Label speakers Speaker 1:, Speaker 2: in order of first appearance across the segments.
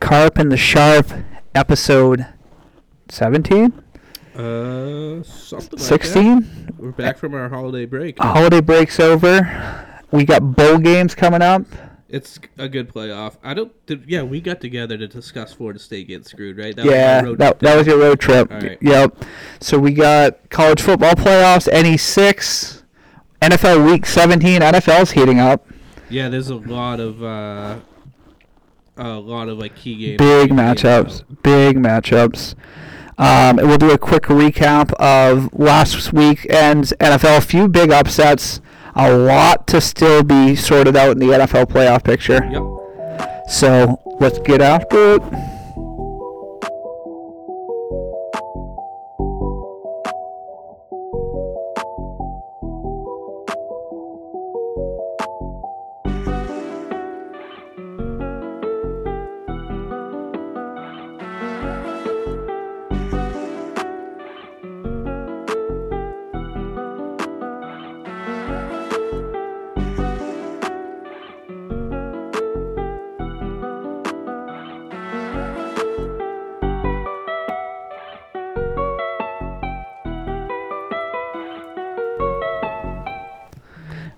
Speaker 1: Carp and the Sharp, episode 17?
Speaker 2: Uh, something like
Speaker 1: 16?
Speaker 2: that. We're back from our holiday break.
Speaker 1: Holiday breaks over. We got bowl games coming up.
Speaker 2: It's a good playoff. I don't. Did, yeah, we got together to discuss Florida State getting screwed, right? That was our
Speaker 1: yeah,
Speaker 2: road
Speaker 1: that,
Speaker 2: trip.
Speaker 1: that was your road trip.
Speaker 2: All right.
Speaker 1: Yep. So we got college football playoffs, NE6, NFL week 17. NFL's heating up.
Speaker 2: yeah. There's a lot of uh, a lot of like key games.
Speaker 1: Big
Speaker 2: key games
Speaker 1: matchups.
Speaker 2: out.
Speaker 1: Big matchups. Um, and we'll do a quick recap of last weekend's NFL. A few big upsets. A lot to still be sorted out in the NFL playoff picture.
Speaker 2: Yep.
Speaker 1: So let's get after it.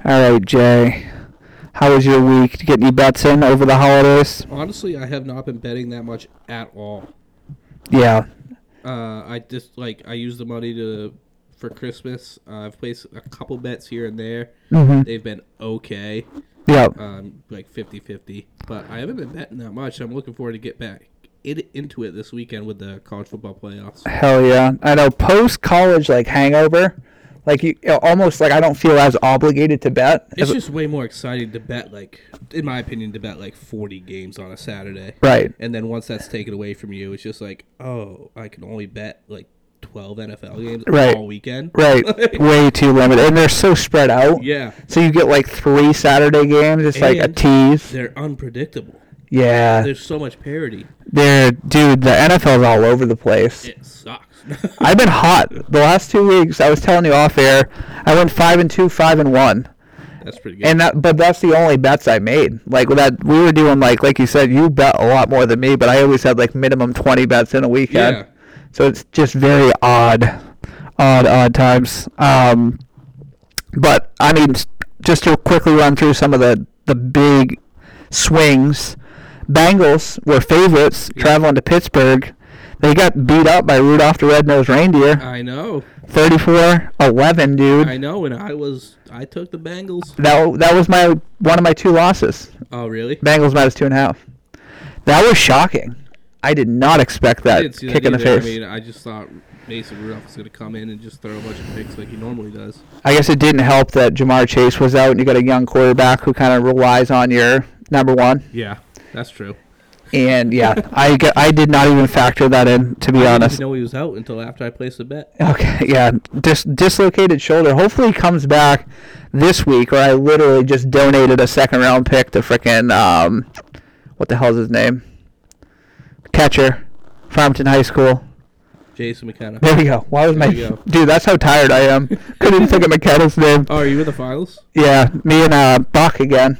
Speaker 1: All right, Jay. How was your week? Did you get any bets in over the holidays?
Speaker 2: Honestly, I have not been betting that much at all.
Speaker 1: Yeah.
Speaker 2: Uh, I just like I use the money to for Christmas. Uh, I've placed a couple bets here and there.
Speaker 1: Mhm.
Speaker 2: They've been okay,
Speaker 1: Yep.
Speaker 2: um, like 50-50. But I haven't been betting that much. I'm looking forward to get back in, into it this weekend with the college football playoffs.
Speaker 1: Hell yeah. I know post college like hangover, like you almost like I don't feel as obligated to bet.
Speaker 2: It's
Speaker 1: as-
Speaker 2: just way more exciting to bet like, in my opinion, to bet like 40 games on a Saturday.
Speaker 1: right.
Speaker 2: And then once that's taken away from you, it's just like, oh, I can only bet like 12 NFL games
Speaker 1: Right.
Speaker 2: all weekend.
Speaker 1: Right. Way too limited. And they're so spread out.
Speaker 2: Yeah.
Speaker 1: So you get like three Saturday games. It's like a
Speaker 2: And-
Speaker 1: tease.
Speaker 2: They're unpredictable.
Speaker 1: Yeah.
Speaker 2: There's so much parity.
Speaker 1: They're, dude, the NFL's all over the place.
Speaker 2: It sucks.
Speaker 1: I've been hot the last two weeks. I was telling you off air. I went five and two, five and one,
Speaker 2: that's pretty good.
Speaker 1: and that. But that's the only bets I made. Like that, we were doing like like you said, you bet a lot more than me, but I always had like minimum twenty bets in a weekend.
Speaker 2: Yeah.
Speaker 1: So it's just very odd, odd, odd times. Um, but I mean, s- just to quickly run through some of the the big swings. Bengals were favorites traveling to Pittsburgh. They got beat up by Rudolph the Red-Nosed Reindeer.
Speaker 2: I know.
Speaker 1: 34 11 dude
Speaker 2: I know. And I was, I took the Bengals.
Speaker 1: that, that was my one of my two losses
Speaker 2: Oh, really?
Speaker 1: bengals minus two and a half that was shocking i did not expect
Speaker 2: I
Speaker 1: that
Speaker 2: didn't see
Speaker 1: kick
Speaker 2: that
Speaker 1: in the
Speaker 2: either.
Speaker 1: face
Speaker 2: I mean, I just thought Mason Rudolph was going to come in and just throw a bunch of picks like he normally does.
Speaker 1: i guess it didn't help that jamar chase was out and you got a young quarterback who kind of relies on your number one
Speaker 2: Yeah, that's true.
Speaker 1: and yeah i get, i did not even factor that in to be
Speaker 2: I
Speaker 1: honest
Speaker 2: didn't know he was out until after I placed the bet.
Speaker 1: Okay, yeah, dis- dislocated shoulder. Hopefully, he comes back this week. Or I literally just donated a second round pick to frickin' um, what the hell's his name? Catcher, Farmington High School.
Speaker 2: Jason McKenna.
Speaker 1: There we go. Why was my
Speaker 2: There you go.
Speaker 1: dude? That's how tired I am. Couldn't even think of McKenna's name.
Speaker 2: Oh, are you in the finals?
Speaker 1: Yeah, me and uh, Buck again.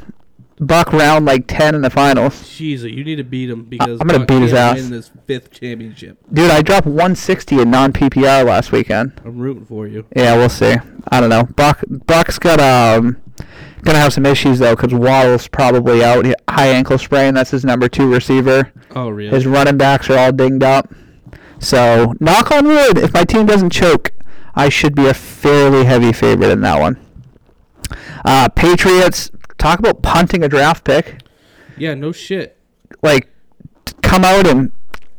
Speaker 1: Buck round like ten in the finals.
Speaker 2: Jesus, you need to beat him because
Speaker 1: I'm gonna
Speaker 2: Buck
Speaker 1: beat his
Speaker 2: can't
Speaker 1: ass.
Speaker 2: Win this fifth championship.
Speaker 1: Dude, I dropped 160 in non PPR last weekend.
Speaker 2: I'm rooting for you.
Speaker 1: Yeah, we'll see. I don't know. Buck Buck's got um gonna have some issues though, 'cause Waddle's probably out. He- High ankle sprain. That's his number two receiver.
Speaker 2: Oh, really?
Speaker 1: His running backs are all dinged up. So knock on wood, if my team doesn't choke, I should be a fairly heavy favorite in that one. Uh, Patriots. Talk about punting a draft pick.
Speaker 2: yeah, no shit.
Speaker 1: Like, t- come out and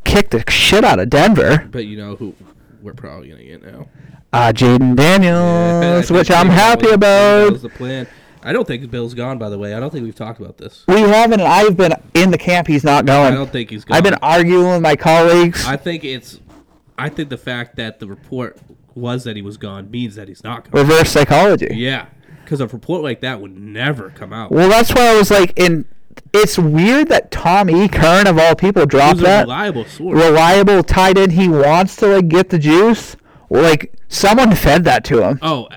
Speaker 1: kick the shit out of Denver.
Speaker 2: But you know who we're probably gonna get now.
Speaker 1: Uh, Jaden
Speaker 2: I
Speaker 1: Daniels,
Speaker 2: think
Speaker 1: which I'm
Speaker 2: that
Speaker 1: happy
Speaker 2: was-
Speaker 1: about.
Speaker 2: That was the plan. I don't think Bill's gone. By the way, I don't think we've talked about this.
Speaker 1: We haven't. and I've been in the camp. He's not
Speaker 2: I
Speaker 1: going.
Speaker 2: don't think he's gone.
Speaker 1: I've been arguing with my colleagues.
Speaker 2: I think it's. I think the fact that the report was that he was gone means that he's not gone.
Speaker 1: Reverse psychology.
Speaker 2: Yeah, because a report like that would never come out.
Speaker 1: Well, that's why I was like, in. It's weird that Tom E. Kern of all people dropped
Speaker 2: Who's a
Speaker 1: that
Speaker 2: reliable source?
Speaker 1: reliable tight end. He wants to like get the juice. Like someone fed that to him.
Speaker 2: oh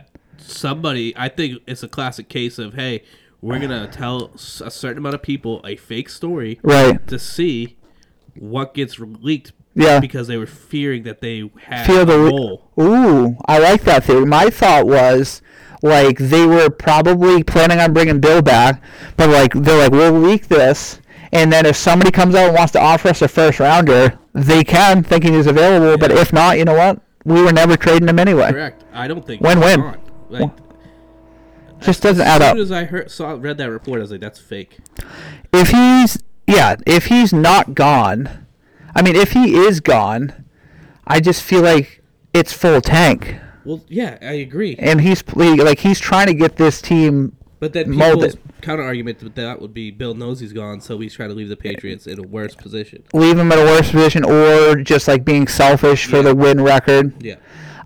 Speaker 2: somebody i think it's a classic case of hey we're gonna tell s- a certain amount of people a fake story
Speaker 1: Right.
Speaker 2: to see what gets leaked
Speaker 1: Yeah.
Speaker 2: because they were fearing that they had
Speaker 1: Feel the
Speaker 2: a
Speaker 1: re-
Speaker 2: role.
Speaker 1: Ooh, I like that theory. My thought was like they were probably planning on bringing Bill back, but like they're like we'll leak this, and then if somebody comes out and wants to offer us a first rounder, they can, thinking he's available. But if not, you know what? We were never trading him anyway.
Speaker 2: Correct. I don't think
Speaker 1: Win-win.
Speaker 2: not. Like,
Speaker 1: Just doesn't
Speaker 2: as
Speaker 1: add up.
Speaker 2: soon as I heard, saw, read that report, I was like, "That's fake."
Speaker 1: if he's yeah, if he's not gone, I mean, if he is gone, I just feel like it's full tank,
Speaker 2: Well, yeah, I agree.
Speaker 1: and he's like he's trying to get this team
Speaker 2: But then
Speaker 1: mold
Speaker 2: people's
Speaker 1: it.
Speaker 2: counter argument to that would be Bill knows he's gone, so he's trying to leave the Patriots in a worse position.
Speaker 1: leave him in a worse position or just like being selfish for
Speaker 2: Yeah.
Speaker 1: the win record.
Speaker 2: Yeah,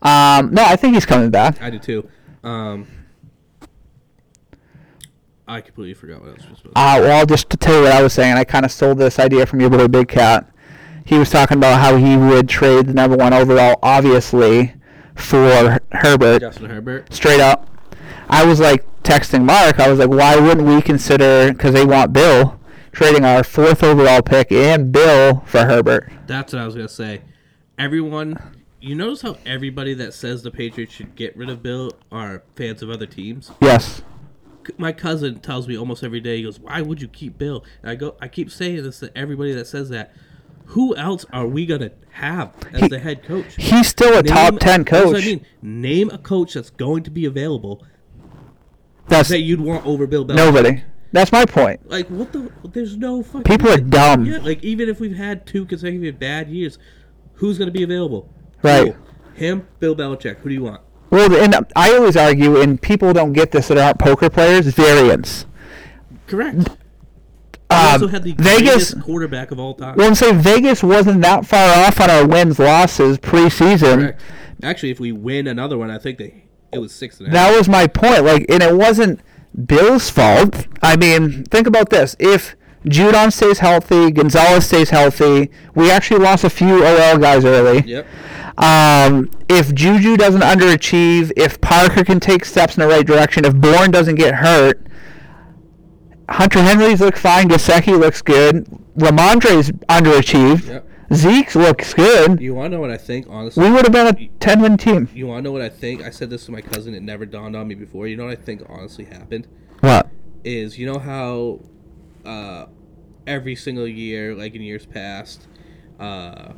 Speaker 1: Um, no, I think he's coming back.
Speaker 2: I do too. Um, I completely forgot what I was supposed to.
Speaker 1: Uh, well, just to tell you what I was saying, I kind of stole this idea from your boy Big Cat. He was talking about how he would trade the number one overall, obviously, for Herbert.
Speaker 2: Justin Herbert.
Speaker 1: straight up. I was like texting Mark. I was like, why wouldn't we consider because they want Bill trading our fourth overall pick and Bill for Herbert?
Speaker 2: That's what I was gonna say. Everyone, you notice how everybody that says the Patriots should get rid of Bill are fans of other teams.
Speaker 1: Yes.
Speaker 2: C- My cousin tells me almost every day. He goes, "Why would you keep Bill?" And I go, "I keep saying this to everybody that says that. Who else are we gonna have as
Speaker 1: He-
Speaker 2: the head coach?"
Speaker 1: He's still a top
Speaker 2: Name-
Speaker 1: ten
Speaker 2: that's what
Speaker 1: coach.
Speaker 2: I mean, name a coach that's going to be available
Speaker 1: That's
Speaker 2: that you'd want over Bill Belichick.
Speaker 1: nobody. That's my point.
Speaker 2: Like what the? There's no fucking.
Speaker 1: People are dumb.
Speaker 2: Yeah, like even if we've had two consecutive bad years, who's going to be available?
Speaker 1: Right.
Speaker 2: Who? Him, Bill Belichick. Who do you want?
Speaker 1: Well, and I always argue, and people don't get this that aren't poker players, variance.
Speaker 2: Correct.
Speaker 1: Um,
Speaker 2: We also had the
Speaker 1: Vegas-
Speaker 2: greatest quarterback of all time.
Speaker 1: Well, and say Vegas wasn't that far off on our wins losses preseason.
Speaker 2: Correct. Actually, if we win another one, I think they it was six and a half.
Speaker 1: That was my point. Like, and it wasn't Bill's fault. I mean, think about this: if Judon stays healthy, Gonzalez stays healthy, we actually lost a few OL guys early.
Speaker 2: Yep.
Speaker 1: Um, if Juju doesn't underachieve, if Parker can take steps in the right direction, if Bourne doesn't get hurt, Hunter Henry's look fine. Gasecki looks good. Ramondre's underachieved.
Speaker 2: Yep.
Speaker 1: Zeke's looks good.
Speaker 2: You want to know what I think? Honestly,
Speaker 1: We would have been a ten-win team.
Speaker 2: you want to know what I think? I said this to my cousin. It never dawned on me before. You know what I think? Honestly, happened.
Speaker 1: What?
Speaker 2: is you know how uh, every single year, like in years past, uh,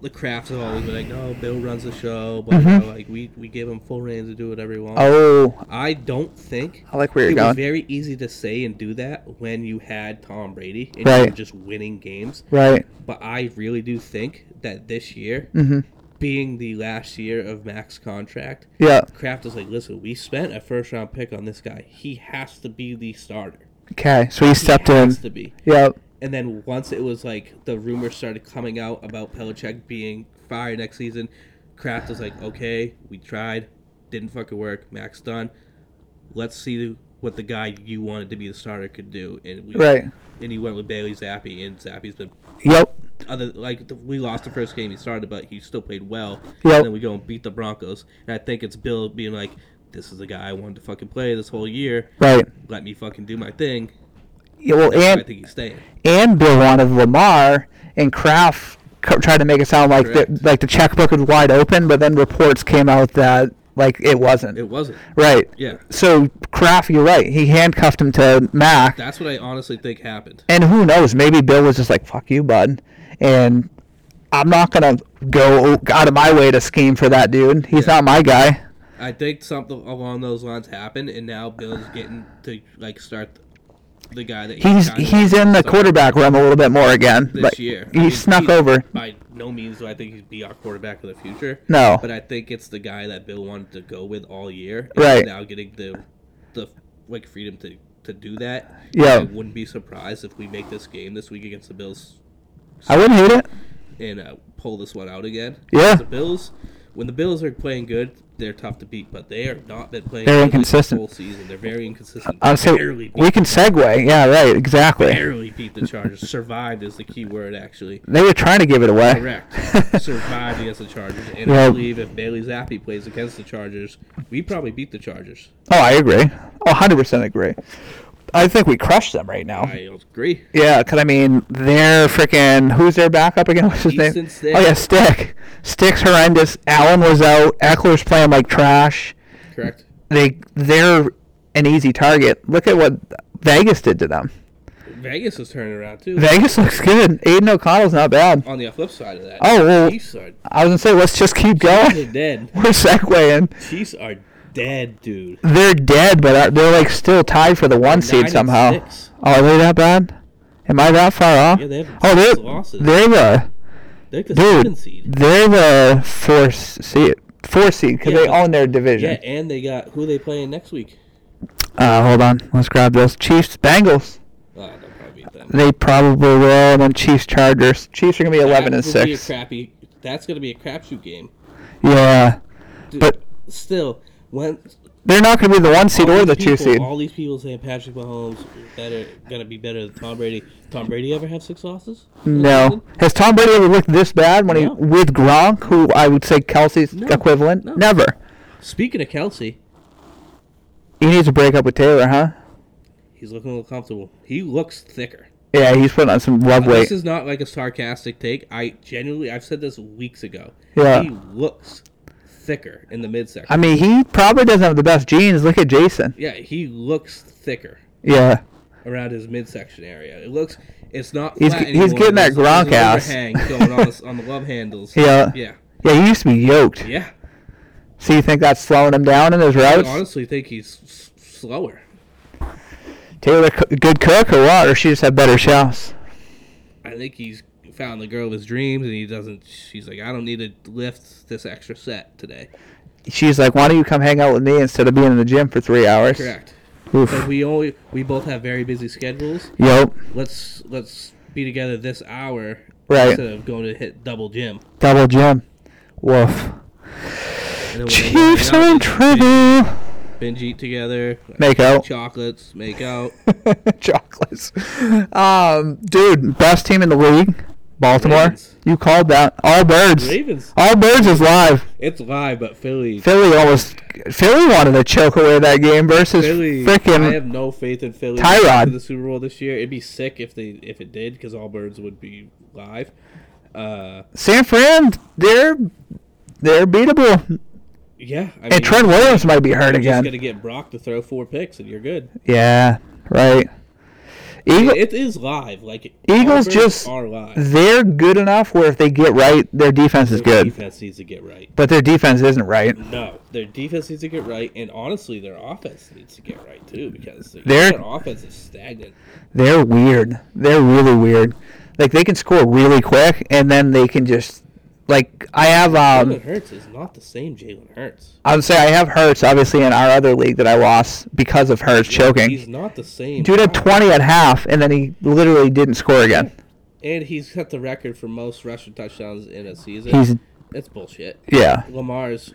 Speaker 2: the crafts have always been like, no, Bill runs the show, but you know, like we, we give him full reign to do whatever he wants.
Speaker 1: Mm-hmm. Oh,
Speaker 2: I don't think
Speaker 1: I like where you're
Speaker 2: it was
Speaker 1: going.
Speaker 2: very easy to say and do that when you had Tom Brady and you
Speaker 1: Right.
Speaker 2: were just winning games.
Speaker 1: Right.
Speaker 2: But I really do think that this year,
Speaker 1: Mm-hmm.
Speaker 2: being the last year of Mac's contract,
Speaker 1: Yeah.
Speaker 2: Kraft is like, listen, we spent a first round pick on this guy. He has to be the starter.
Speaker 1: Okay, so he
Speaker 2: He
Speaker 1: stepped in.
Speaker 2: has to be.
Speaker 1: Yep.
Speaker 2: And then once it was like the rumors started coming out about Belichick being fired next season, Kraft was like, okay, we tried, didn't fucking work. Max done. Let's see what the guy you wanted to be the starter could do. And we,
Speaker 1: Right.
Speaker 2: And he went with Bailey Zappi, and Zappi's been
Speaker 1: Yep.
Speaker 2: other like th- we lost the first game he started, but he still played well.
Speaker 1: Yep.
Speaker 2: And then we go and beat the Broncos, and I think it's Bill being like, "This is the guy I wanted to fucking play this whole year.
Speaker 1: Right.
Speaker 2: Let me fucking do my thing."
Speaker 1: Yeah, well,
Speaker 2: And I
Speaker 1: and
Speaker 2: think he's staying.
Speaker 1: and Bill wanted Lamar and Kraft co- tried to make it sound like the,
Speaker 2: Correct.
Speaker 1: like the checkbook was wide open, but then reports came out that like it wasn't.
Speaker 2: It wasn't.
Speaker 1: right.
Speaker 2: Yeah,
Speaker 1: So Kraft, you're right. He handcuffed him to Mac,
Speaker 2: that's what I honestly think happened.
Speaker 1: and who knows? Maybe Bill was just like, "Fuck you, bud," and I'm not gonna go out of my way to scheme for that dude. He's
Speaker 2: Yeah.
Speaker 1: not my guy.
Speaker 2: I think something along those lines happened, and now Bill's getting to like start the guy that he
Speaker 1: He's
Speaker 2: kinda
Speaker 1: he's in the
Speaker 2: started
Speaker 1: quarterback room a little bit more again.
Speaker 2: this
Speaker 1: Like,
Speaker 2: year.
Speaker 1: He
Speaker 2: I mean,
Speaker 1: snuck
Speaker 2: he-
Speaker 1: over.
Speaker 2: By no means do I think he'd be our quarterback of the future.
Speaker 1: No.
Speaker 2: but I think it's the guy that Bill wanted to go with all year.
Speaker 1: Right.
Speaker 2: And now getting the the like freedom to to do that.
Speaker 1: Yeah.
Speaker 2: I wouldn't be surprised if we make this game this week against the Bills
Speaker 1: I wouldn't hate it.
Speaker 2: and uh, pull this one out again.
Speaker 1: Yeah.
Speaker 2: The Bills, when the Bills are playing good, they're tough to beat, but they are not been playing.
Speaker 1: They're
Speaker 2: good
Speaker 1: inconsistent.
Speaker 2: This whole season, they're very inconsistent.
Speaker 1: Uh, so
Speaker 2: barely beat,
Speaker 1: we can segue. Yeah, right. Exactly.
Speaker 2: barely beat the Chargers. Survived is the key word actually.
Speaker 1: They were trying to give it away.
Speaker 2: Correct. Survived against the Chargers, and I
Speaker 1: Yeah.
Speaker 2: believe if Bailey Zappi plays against the Chargers, we probably beat the Chargers.
Speaker 1: Oh, I agree. Oh, 100% agree. I think we crushed them right now.
Speaker 2: I agree.
Speaker 1: Yeah, because I mean, they're freaking. Who's their backup again? What's his name?
Speaker 2: Easton Stick.
Speaker 1: Oh yeah, Stick. Stick's horrendous. Allen was out. Eckler's playing like trash.
Speaker 2: Correct.
Speaker 1: They they're an easy target. Look at what Vegas did to them.
Speaker 2: Vegas is turning around too.
Speaker 1: Vegas looks good. Aiden O'Connell's not bad.
Speaker 2: On the flip side of that,
Speaker 1: Oh, well-
Speaker 2: Chiefs are
Speaker 1: I was gonna say let's just keep
Speaker 2: Chiefs are
Speaker 1: going.
Speaker 2: dead.
Speaker 1: We're segueing.
Speaker 2: Chiefs are dead, dude.
Speaker 1: They're dead, but uh, they're like still tied for the one
Speaker 2: Nine
Speaker 1: seed
Speaker 2: and
Speaker 1: somehow.
Speaker 2: six.
Speaker 1: Oh, are they that bad? Am I that far off?
Speaker 2: Yeah, they have
Speaker 1: oh,
Speaker 2: six
Speaker 1: they're
Speaker 2: losses.
Speaker 1: they're the
Speaker 2: They're the seven
Speaker 1: dude.
Speaker 2: seed.
Speaker 1: They're the fourth seed. Four seed because they
Speaker 2: Yeah.
Speaker 1: own their
Speaker 2: Yeah,
Speaker 1: division.
Speaker 2: and they got who they playing next week.
Speaker 1: Uh, hold on, let's grab this. Chiefs, Bengals.
Speaker 2: Oh, they'll probably beat them.
Speaker 1: They probably will. And then Chiefs, Chargers. Chiefs are gonna be eleven and
Speaker 2: That would be a
Speaker 1: six.
Speaker 2: crappy. That's gonna be a crapshoot game.
Speaker 1: Yeah,
Speaker 2: Dude,
Speaker 1: But-
Speaker 2: still, when
Speaker 1: they're not gonna be the one seed
Speaker 2: all
Speaker 1: or the
Speaker 2: these
Speaker 1: two
Speaker 2: people,
Speaker 1: seed.
Speaker 2: all these people saying Patrick Mahomes better gonna be better than Tom Brady. Tom Brady ever have six losses? in a
Speaker 1: No.
Speaker 2: season?
Speaker 1: Has Tom Brady ever looked this bad when
Speaker 2: No.
Speaker 1: he with Gronk, who I would say Kelsey's
Speaker 2: No.
Speaker 1: equivalent?
Speaker 2: No.
Speaker 1: Never.
Speaker 2: Speaking of Kelsey,
Speaker 1: He needs to break up with Taylor, huh?
Speaker 2: he's looking a little comfortable. He looks thicker.
Speaker 1: Yeah, he's putting on some love
Speaker 2: This
Speaker 1: weight.
Speaker 2: is not like a sarcastic take. I genuinely, I've said this weeks ago.
Speaker 1: Yeah.
Speaker 2: He looks thicker in the midsection.
Speaker 1: I mean, he probably doesn't have the best genes. Look at Jason.
Speaker 2: yeah, he looks thicker
Speaker 1: Yeah.
Speaker 2: around his midsection area. It looks, it's not.
Speaker 1: He's-
Speaker 2: flat
Speaker 1: he's
Speaker 2: anymore.
Speaker 1: getting that
Speaker 2: There's- there's
Speaker 1: Gronk
Speaker 2: an
Speaker 1: ass.
Speaker 2: overhang going on, the- on the glove handles.
Speaker 1: Yeah.
Speaker 2: Yeah.
Speaker 1: Yeah, he used to be yoked.
Speaker 2: Yeah.
Speaker 1: So you think that's slowing him down in his
Speaker 2: I
Speaker 1: routes?
Speaker 2: honestly think he's s- slower.
Speaker 1: Taylor, c- good cook or what? Or she just had better shouts?
Speaker 2: I think he's found the girl of his dreams, and he doesn't. She's like, I don't need to lift this extra set today.
Speaker 1: She's like, why don't you come hang out with me instead of being in the gym for three hours?
Speaker 2: Correct. But
Speaker 1: Oof.
Speaker 2: we only we both have very busy schedules.
Speaker 1: Yep.
Speaker 2: Let's let's be together this hour
Speaker 1: Right.
Speaker 2: instead of going to hit double gym.
Speaker 1: Double gym. Woof.
Speaker 2: And then we'll
Speaker 1: Chiefs
Speaker 2: hang out
Speaker 1: are in
Speaker 2: and
Speaker 1: trouble.
Speaker 2: binge- Binge eat together.
Speaker 1: Make out.
Speaker 2: Chocolates, make out.
Speaker 1: chocolates. Um, dude, best team in the league, Baltimore.
Speaker 2: Ravens.
Speaker 1: You called that. All birds.
Speaker 2: Ravens.
Speaker 1: All birds is live.
Speaker 2: It's live, but Philly.
Speaker 1: Philly almost. Philly wanted to choke away that game versus
Speaker 2: Philly. I
Speaker 1: freaking.
Speaker 2: have no faith in Philly
Speaker 1: Tyrod.
Speaker 2: going to the Super Bowl this year. It'd be sick if they if it did, because all birds would be live. Uh,
Speaker 1: San Fran. They're they're beatable.
Speaker 2: yeah, I mean,
Speaker 1: And Trent Williams might be hurt
Speaker 2: you're just
Speaker 1: again.
Speaker 2: gonna get Brock to throw four picks, and you're good.
Speaker 1: Yeah. Right. Eagle,
Speaker 2: It is live. Like
Speaker 1: Eagles
Speaker 2: all birds
Speaker 1: just-
Speaker 2: are live.
Speaker 1: they're good enough where if they get right, their defense is
Speaker 2: Their
Speaker 1: good.
Speaker 2: defense needs to get right.
Speaker 1: But their defense isn't right.
Speaker 2: No, their defense needs to get right, and honestly, their offense needs to get right too because their,
Speaker 1: They're-
Speaker 2: their offense is stagnant.
Speaker 1: They're weird. They're really weird. Like they can score really quick, and then they can just like I have
Speaker 2: Jalen
Speaker 1: um
Speaker 2: Hurts is not the same Jalen Hurts.
Speaker 1: I would say I have Hurts obviously in our other league that I lost because of Hurts choking.
Speaker 2: He's not the same.
Speaker 1: Dude had
Speaker 2: guy.
Speaker 1: twenty at half, and then he literally didn't score again.
Speaker 2: and he's set the record for most rushing touchdowns in a season.
Speaker 1: He's-
Speaker 2: That's bullshit.
Speaker 1: Yeah,
Speaker 2: Lamar's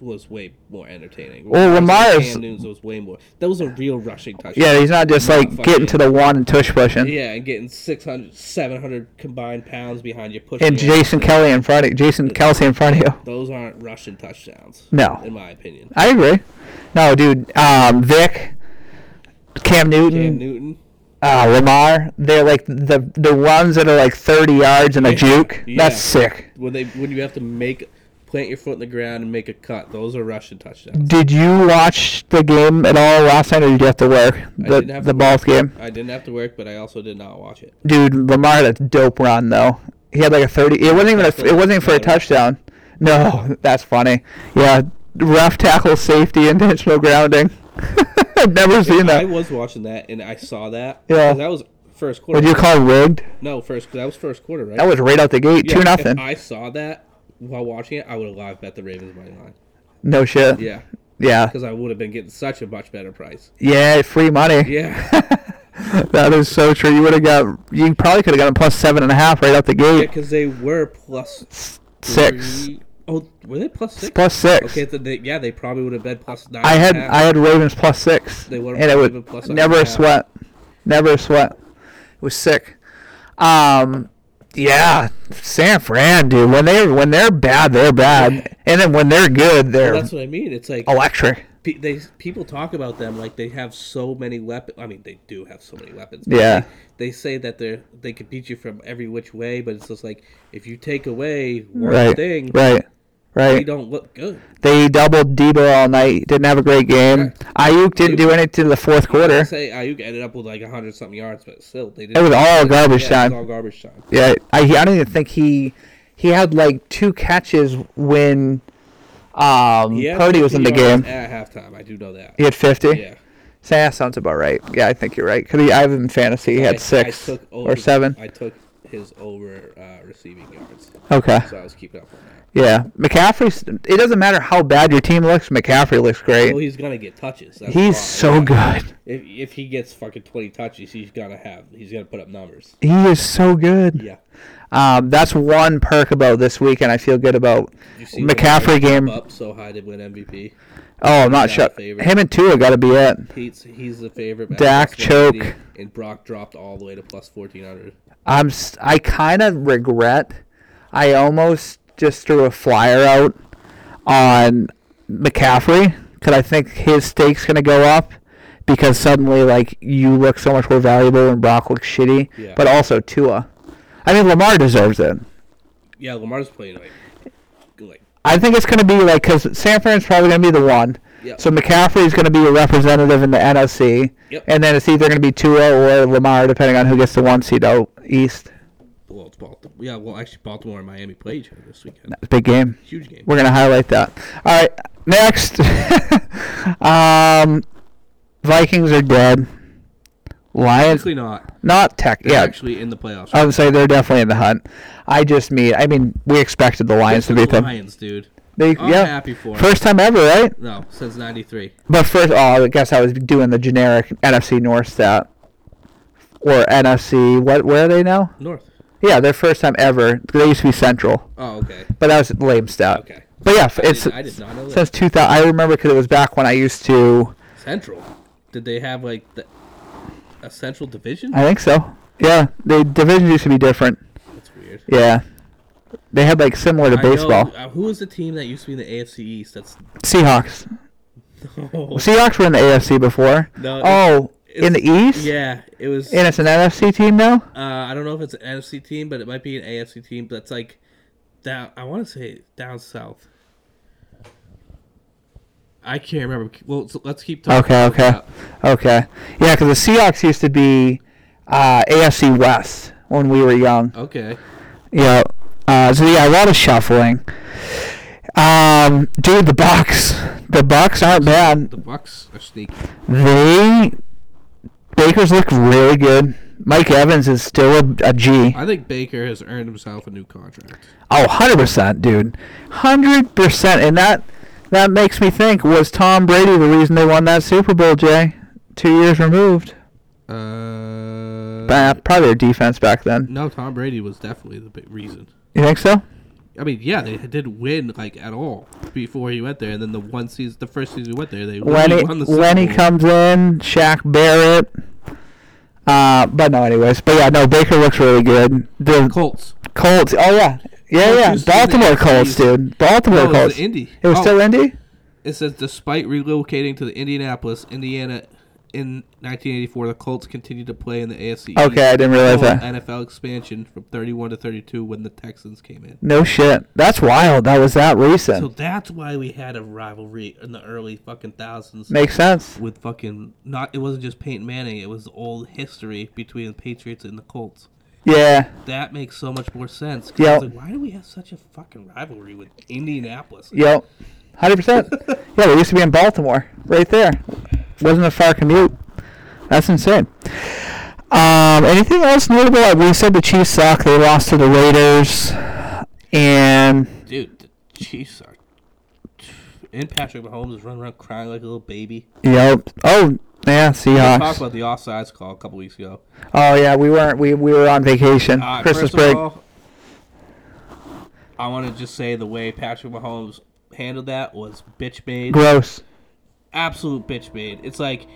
Speaker 2: was way more entertaining.
Speaker 1: Well,
Speaker 2: and
Speaker 1: Lamar's-
Speaker 2: Cam Newton's was way more. That was a real rushing touchdown.
Speaker 1: yeah. He's not just like
Speaker 2: fucking-
Speaker 1: getting to the one and tush pushing.
Speaker 2: Yeah, and getting 600, 700 combined pounds behind you pushing.
Speaker 1: And
Speaker 2: you.
Speaker 1: Jason Kelly in front of Jason Kelsey in front of you.
Speaker 2: Those aren't rushing touchdowns.
Speaker 1: No.
Speaker 2: In my opinion.
Speaker 1: I agree. No, dude. Um, Vic, Cam
Speaker 2: Cam
Speaker 1: Newton,
Speaker 2: Newton.
Speaker 1: uh, Lamar. They're like the the ones that are like thirty yards and a juke.
Speaker 2: Yeah.
Speaker 1: That's sick.
Speaker 2: When they when you have to make plant your foot in the ground and make a cut, those are rushing touchdowns.
Speaker 1: Did you watch the game at all last night, or did you have to work the
Speaker 2: didn't have
Speaker 1: the
Speaker 2: to
Speaker 1: Balls game?
Speaker 2: I didn't have to work, but I also did not watch it.
Speaker 1: Dude, Lamar had a dope run though. He had like a thirty. It wasn't even a, it wasn't even for a touchdown. No, that's funny. Yeah, rough tackle, safety, intentional grounding. I've never seen
Speaker 2: I
Speaker 1: that.
Speaker 2: was watching that and I saw that.
Speaker 1: Yeah.
Speaker 2: 'cause That was first quarter.
Speaker 1: Would you call rigged?
Speaker 2: no, first. That was first quarter, right?
Speaker 1: That was right out the gate,
Speaker 2: Yeah,
Speaker 1: two nothing.
Speaker 2: If I saw that while watching it, I would have live bet the Ravens money line.
Speaker 1: No shit.
Speaker 2: Yeah,
Speaker 1: Yeah.
Speaker 2: because I would have been getting such a much better price.
Speaker 1: Yeah, free money.
Speaker 2: Yeah,
Speaker 1: That is so true. You would have got. You probably could have gotten plus seven and a half right out the gate.
Speaker 2: because they were plus
Speaker 1: Six.
Speaker 2: three- Oh, were they plus six?
Speaker 1: Plus six.
Speaker 2: Okay, then they, yeah, they probably would have been plus nine.
Speaker 1: I had
Speaker 2: and a
Speaker 1: I
Speaker 2: half.
Speaker 1: had Ravens plus six,
Speaker 2: They were
Speaker 1: and it
Speaker 2: Ravens plus
Speaker 1: was
Speaker 2: nine
Speaker 1: never
Speaker 2: and
Speaker 1: a
Speaker 2: a half.
Speaker 1: sweat, never a sweat. It was sick. Um, yeah, San Fran, dude. When they when they're bad, they're bad, and then when they're good, they're Oh.
Speaker 2: That's what I mean. It's like
Speaker 1: electric.
Speaker 2: Pe- they people talk about them like they have so many weapons. I mean, they do have so many weapons. but
Speaker 1: Yeah.
Speaker 2: They, they say that they are they can beat you from every which way, but it's just like if you take away one
Speaker 1: Right.
Speaker 2: thing,
Speaker 1: Right.
Speaker 2: they
Speaker 1: Right.
Speaker 2: don't look good.
Speaker 1: They doubled Debo all night. Didn't have a great game. Ayuk didn't do anything in the fourth
Speaker 2: I
Speaker 1: quarter.
Speaker 2: say Ayuk ended up with like hundred something yards, but still they didn't.
Speaker 1: It was all garbage
Speaker 2: yeah, it was
Speaker 1: time.
Speaker 2: all garbage time.
Speaker 1: Yeah, I, I don't even think he he had like two catches when um
Speaker 2: Yeah, uh,
Speaker 1: Purdy was in the game.
Speaker 2: at halftime. I do know that.
Speaker 1: He had fifty.
Speaker 2: yeah.
Speaker 1: So that sounds about right. Yeah, I think you're right. Cause he, I have him in fantasy. He
Speaker 2: I-
Speaker 1: had six
Speaker 2: I took over,
Speaker 1: or seven.
Speaker 2: I took his over uh, receiving yards,
Speaker 1: Okay.
Speaker 2: so I was keeping up on that.
Speaker 1: Yeah, McCaffrey's. It doesn't matter how bad your team looks. McCaffrey looks
Speaker 2: Well,
Speaker 1: great.
Speaker 2: he's gonna get touches. That's
Speaker 1: He's
Speaker 2: why,
Speaker 1: so
Speaker 2: Oh, yeah.
Speaker 1: good.
Speaker 2: If, if he gets fucking twenty touches, he's gonna have he's gonna put up numbers.
Speaker 1: He is so good.
Speaker 2: Yeah.
Speaker 1: Um, that's one perk about this week, and I feel good about
Speaker 2: You see the
Speaker 1: McCaffrey
Speaker 2: guy jump
Speaker 1: game.
Speaker 2: up so high to win MVP.
Speaker 1: Oh, I'm not
Speaker 2: Yeah,
Speaker 1: sure.
Speaker 2: favorite.
Speaker 1: Him and Tua got to be it.
Speaker 2: He's he's the favorite. but
Speaker 1: Dak
Speaker 2: plus 180,
Speaker 1: choke.
Speaker 2: and Brock dropped all the way to plus fourteen hundred.
Speaker 1: I'm. s- I kind of regret. I almost just threw a flyer out on McCaffrey because I think his stake's gonna go up because suddenly like you look so much more valuable when Brock looks shitty.
Speaker 2: Yeah.
Speaker 1: But also Tua. I mean Lamar deserves it.
Speaker 2: Yeah, Lamar's playing like like
Speaker 1: I think it's going to be like because San Fran's probably going to be the one.
Speaker 2: Yeah.
Speaker 1: So McCaffrey's going to be a representative in the NFC,
Speaker 2: Yep.
Speaker 1: and then it's either going to be Tua or Lamar, depending on who gets the one seed out east.
Speaker 2: well, it's Baltimore. Yeah, well, actually, Baltimore and Miami play each other this weekend.
Speaker 1: It's a big game.
Speaker 2: Huge game.
Speaker 1: We're going to highlight that. All right, next. um, Vikings are dead. Lions,
Speaker 2: Technically not.
Speaker 1: not tech.
Speaker 2: They're
Speaker 1: Yeah,
Speaker 2: actually in the playoffs.
Speaker 1: I would say they're definitely in the hunt. I just mean, I mean, we expected the Lions to
Speaker 2: Good for
Speaker 1: beat
Speaker 2: the
Speaker 1: them.
Speaker 2: Lions, dude.
Speaker 1: They,
Speaker 2: I'm
Speaker 1: yeah,
Speaker 2: happy for 'em.
Speaker 1: first time ever, right?
Speaker 2: No, since '93.
Speaker 1: But first, oh, I guess I was doing the generic NFC North stat or NFC. What? Where are they now?
Speaker 2: North.
Speaker 1: Yeah, their first time ever. They used to be Central,
Speaker 2: Oh, okay.
Speaker 1: but that was a lame stat.
Speaker 2: Okay.
Speaker 1: But yeah, f-
Speaker 2: I
Speaker 1: it's
Speaker 2: did, I did not know that.
Speaker 1: since 2000. I remember because it was back when I used to.
Speaker 2: Central. Did they have like the, a central division?
Speaker 1: I think so. Yeah, the divisions used to be different.
Speaker 2: That's weird.
Speaker 1: Yeah, they had like similar to
Speaker 2: I know-
Speaker 1: baseball.
Speaker 2: uh, who was the team that used to be in the AFC East? That's oh,
Speaker 1: Seahawks.
Speaker 2: no.
Speaker 1: Seahawks were in the AFC before.
Speaker 2: No, it's-
Speaker 1: oh, in
Speaker 2: it's-
Speaker 1: the East.
Speaker 2: Yeah, it was.
Speaker 1: And it's an NFC team now.
Speaker 2: uh, I don't know if it's an NFC team, but it might be an AFC team. That's like down. I want to say down south. I can't remember. Well, so let's keep talking.
Speaker 1: Okay,
Speaker 2: Look it
Speaker 1: okay,
Speaker 2: up.
Speaker 1: okay. Yeah, because the Seahawks used to be uh, AFC West when we were young.
Speaker 2: Okay.
Speaker 1: Yeah. Uh, so yeah, a lot of shuffling. Um, dude, the Bucks. The Bucks aren't bad.
Speaker 2: The Bucks are sneaky.
Speaker 1: They Baker's look really good. Mike Evans is still a, a G.
Speaker 2: I think Baker has earned himself a new contract.
Speaker 1: Oh, 100%, dude. 100%. And that that makes me think was Tom Brady the reason they won that Super Bowl, Jay? 2 years removed.
Speaker 2: Uh,
Speaker 1: Bah, probably their defense back then.
Speaker 2: no, Tom Brady was definitely the big reason.
Speaker 1: You think so?
Speaker 2: I mean, yeah, they did win like at all before he went there, and then the one season, the first season he went there, they
Speaker 1: When
Speaker 2: really
Speaker 1: he,
Speaker 2: won the Super
Speaker 1: when he
Speaker 2: Bowl.
Speaker 1: comes in, Shaq Barrett. Uh, but no, anyways. But yeah, no, Baker looks really good. The
Speaker 2: Colts.
Speaker 1: Colts. Oh, yeah. Yeah,
Speaker 2: Colts
Speaker 1: yeah.
Speaker 2: used to be in the
Speaker 1: Baltimore
Speaker 2: NFC.
Speaker 1: Colts, dude. Baltimore
Speaker 2: No, Oh, it was
Speaker 1: Colts.
Speaker 2: the Indy.
Speaker 1: It was
Speaker 2: Oh.
Speaker 1: still Indy?
Speaker 2: It says despite relocating to the Indianapolis, Indiana, in 1984, the Colts continued to play in the AFC.
Speaker 1: Okay, I didn't realize
Speaker 2: following
Speaker 1: that.
Speaker 2: NFL expansion from 31 to 32 when the Texans came in.
Speaker 1: No shit. That's wild. That was that recent.
Speaker 2: So that's why we had a rivalry in the early fucking thousands.
Speaker 1: Makes sense.
Speaker 2: with fucking not it wasn't just Peyton Manning, it was old history between the Patriots and the Colts.
Speaker 1: Yeah.
Speaker 2: That makes so much more sense. 'cause
Speaker 1: Yeah.
Speaker 2: it's Like, why do we have such a fucking rivalry with Indianapolis?
Speaker 1: Yep. 100%. yeah, they used to be in Baltimore. Right there. Wasn't a far commute. That's insane. Um, anything else notable? Like we said the Chiefs suck. They lost to the Raiders. And
Speaker 2: Dude, the Chiefs are. And Patrick Mahomes is running around crying like a little baby.
Speaker 1: yep. Oh yeah,
Speaker 2: We talked
Speaker 1: Seahawks.
Speaker 2: about the offsides call a couple weeks ago.
Speaker 1: Oh yeah, we weren't. We, we were on vacation.
Speaker 2: Uh,
Speaker 1: Christmas
Speaker 2: first of
Speaker 1: break.
Speaker 2: all, I want to just say the way Patrick Mahomes handled that was bitch made.
Speaker 1: Gross.
Speaker 2: absolute bitch made. It's like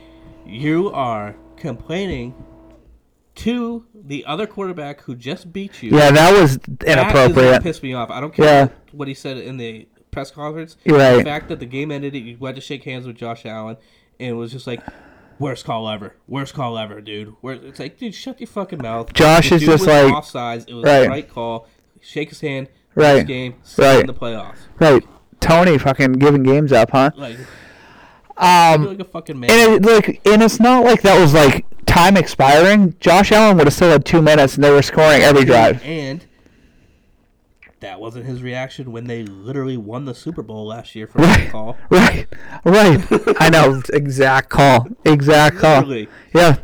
Speaker 2: you are complaining to the other quarterback who just beat you.
Speaker 1: Yeah, that was
Speaker 2: That is what
Speaker 1: inappropriate.
Speaker 2: pissed me off. I don't care
Speaker 1: Yeah.
Speaker 2: what he said in the press conference.
Speaker 1: You're right.
Speaker 2: The fact that the game ended, you went to shake hands with Josh Allen, and it was just like, worst call ever, worst call ever, dude. Where it's like, dude, shut your fucking mouth.
Speaker 1: Josh
Speaker 2: The
Speaker 1: is
Speaker 2: dude
Speaker 1: just
Speaker 2: was
Speaker 1: like-
Speaker 2: offsides. It was
Speaker 1: right.
Speaker 2: the right call. Shake his hand.
Speaker 1: Right.
Speaker 2: Next game. Still
Speaker 1: Right.
Speaker 2: in the playoffs.
Speaker 1: Right. Tony fucking giving games up, huh?
Speaker 2: Like,
Speaker 1: Um,
Speaker 2: feel like a fucking man.
Speaker 1: And it, like, and it's not like that was like time expiring. Josh Allen would have still had two minutes, and they were scoring every drive.
Speaker 2: And that wasn't his reaction when they literally won the Super Bowl last year for
Speaker 1: Right.
Speaker 2: that call.
Speaker 1: Right, right. I know exact call, exact call.
Speaker 2: Literally.
Speaker 1: Yeah,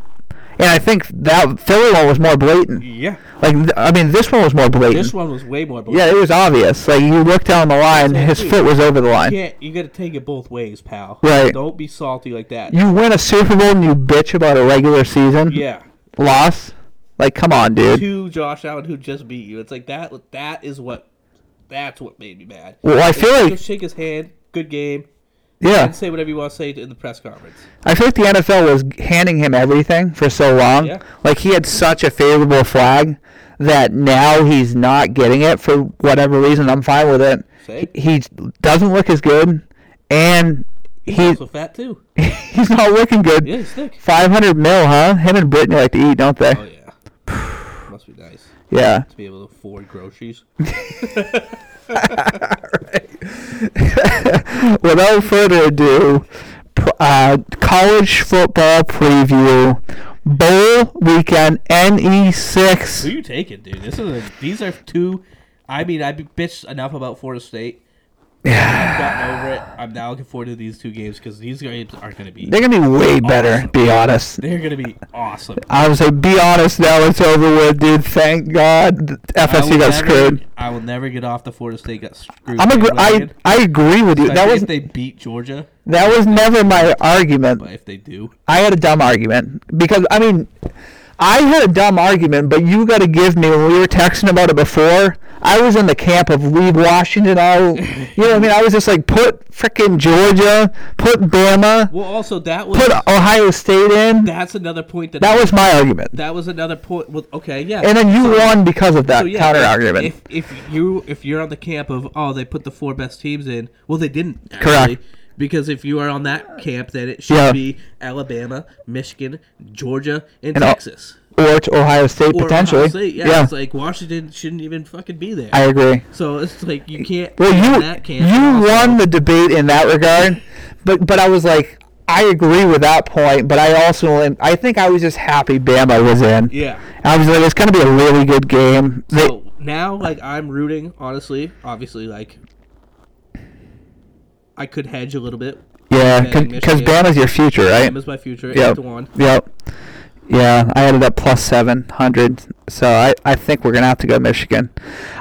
Speaker 1: and I think that Philly one was more blatant.
Speaker 2: Yeah.
Speaker 1: Like, th- I mean, this one was more blatant.
Speaker 2: This one was way more.
Speaker 1: yeah, it was obvious. Like, you looked down the line, his
Speaker 2: Exactly.
Speaker 1: foot was over the line.
Speaker 2: Yeah, you got to take it both ways, pal.
Speaker 1: Right.
Speaker 2: Don't be salty like that.
Speaker 1: You win a Super Bowl and you bitch about a regular season
Speaker 2: Yeah.
Speaker 1: loss. Like, come on, dude.
Speaker 2: To Josh Allen, who just beat you, it's like that. That is what. That's what made me mad.
Speaker 1: Well, I feel
Speaker 2: Just
Speaker 1: like
Speaker 2: shake his hand. Good game.
Speaker 1: yeah.
Speaker 2: And say whatever you want to say in the press conference.
Speaker 1: I feel like the NFL was handing him everything for so long.
Speaker 2: Yeah.
Speaker 1: Like he had such a favorable flag that now he's not getting it for whatever reason. I'm fine with it.
Speaker 2: Same.
Speaker 1: He, he doesn't look as good, and
Speaker 2: He's
Speaker 1: he
Speaker 2: also fat too.
Speaker 1: he's not looking good.
Speaker 2: Yeah, he's thick.
Speaker 1: Five hundred mil, huh? Him and Brittany like to eat, don't they?
Speaker 2: Oh yeah. Must be nice
Speaker 1: yeah.
Speaker 2: to be able to afford groceries.
Speaker 1: Without further ado, pr- uh, college football preview, bowl weekend, E NE6.
Speaker 2: Who you taking, dude? This is a, these are two. I mean, I bitched enough about Florida State. I've gotten over it. I'm now looking forward to these two games because these games are going to be
Speaker 1: They're gonna be way better. Be honest.
Speaker 2: they're going to be awesome.
Speaker 1: I would say, be honest, now it's over with, dude. Thank God the
Speaker 2: I will
Speaker 1: FSU got
Speaker 2: never-
Speaker 1: screwed.
Speaker 2: I will never get off the Florida State got screwed.
Speaker 1: I'm agr- I
Speaker 2: bandwagon.
Speaker 1: I agree with you.
Speaker 2: I
Speaker 1: That
Speaker 2: think
Speaker 1: was
Speaker 2: if they beat Georgia,
Speaker 1: that was never my argument.
Speaker 2: but if they do,
Speaker 1: I had a dumb argument because I mean, I had a dumb argument, but you got to give me when we were texting about it before. I was in the camp of leave Washington out. You know what I mean? I was just like, put frickin' Georgia, put Bama,
Speaker 2: well, also that was
Speaker 1: put Ohio State in.
Speaker 2: that's another point that
Speaker 1: That was my argument,
Speaker 2: that was another point. Well, okay, yeah,
Speaker 1: and then you won because of that
Speaker 2: So, yeah,
Speaker 1: counter
Speaker 2: if-
Speaker 1: argument.
Speaker 2: If, if you if you're on the camp of oh they put the four best teams in, well they didn't
Speaker 1: Correct.
Speaker 2: actually, because if you are on that camp, then it should
Speaker 1: Yeah.
Speaker 2: be Alabama, Michigan, Georgia, and,
Speaker 1: And, uh,
Speaker 2: Texas
Speaker 1: or to Ohio State
Speaker 2: or
Speaker 1: potentially.
Speaker 2: Ohio State. Yeah,
Speaker 1: yeah,
Speaker 2: it's like Washington shouldn't even fucking be there.
Speaker 1: I agree.
Speaker 2: so it's like you can't.
Speaker 1: Well,
Speaker 2: be on
Speaker 1: you
Speaker 2: that camp and
Speaker 1: you
Speaker 2: also-
Speaker 1: won the debate in that regard, but but I was like, I agree with that point, but I also am- I think I was just happy Bama was in.
Speaker 2: Yeah.
Speaker 1: I was like, it's gonna be a really good game. They-
Speaker 2: So now, like, I'm rooting, honestly. Obviously, like, I could hedge a little bit.
Speaker 1: yeah,
Speaker 2: and
Speaker 1: because
Speaker 2: Michigan.
Speaker 1: Bama's your future, right?
Speaker 2: Them is my future, eight
Speaker 1: Yep.
Speaker 2: to one.
Speaker 1: Yep. Yeah, I ended up plus seven hundred, so I, I think we're gonna have to go Michigan.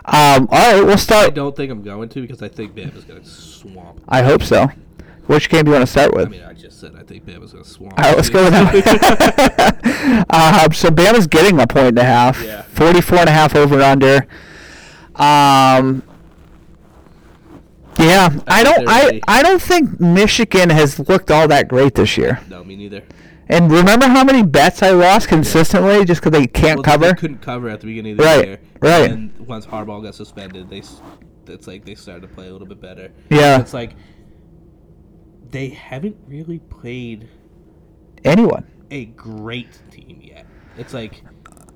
Speaker 1: Um, all right, we'll
Speaker 2: I
Speaker 1: start.
Speaker 2: don't think I'm going to because I think Bama's going to swamp.
Speaker 1: I hope so. Which game do you want to start with?
Speaker 2: I mean, I just said I think Bama's going to swamp.
Speaker 1: All right, let's go with that. um, so Bama's getting a point and a half.
Speaker 2: Yeah.
Speaker 1: 44 and a half over and under. Um, yeah, I don't. I,
Speaker 2: they're
Speaker 1: I don't think Michigan has looked all that great this year.
Speaker 2: No, me neither.
Speaker 1: And remember how many bets I lost consistently just because they can't
Speaker 2: Well,
Speaker 1: cover.
Speaker 2: They couldn't cover at the beginning of the
Speaker 1: Right,
Speaker 2: year.
Speaker 1: right.
Speaker 2: And once Harbaugh got suspended, they s- it's like they started to play a little bit better.
Speaker 1: Yeah.
Speaker 2: It's like they haven't really played
Speaker 1: Anyone?
Speaker 2: a great team yet. It's like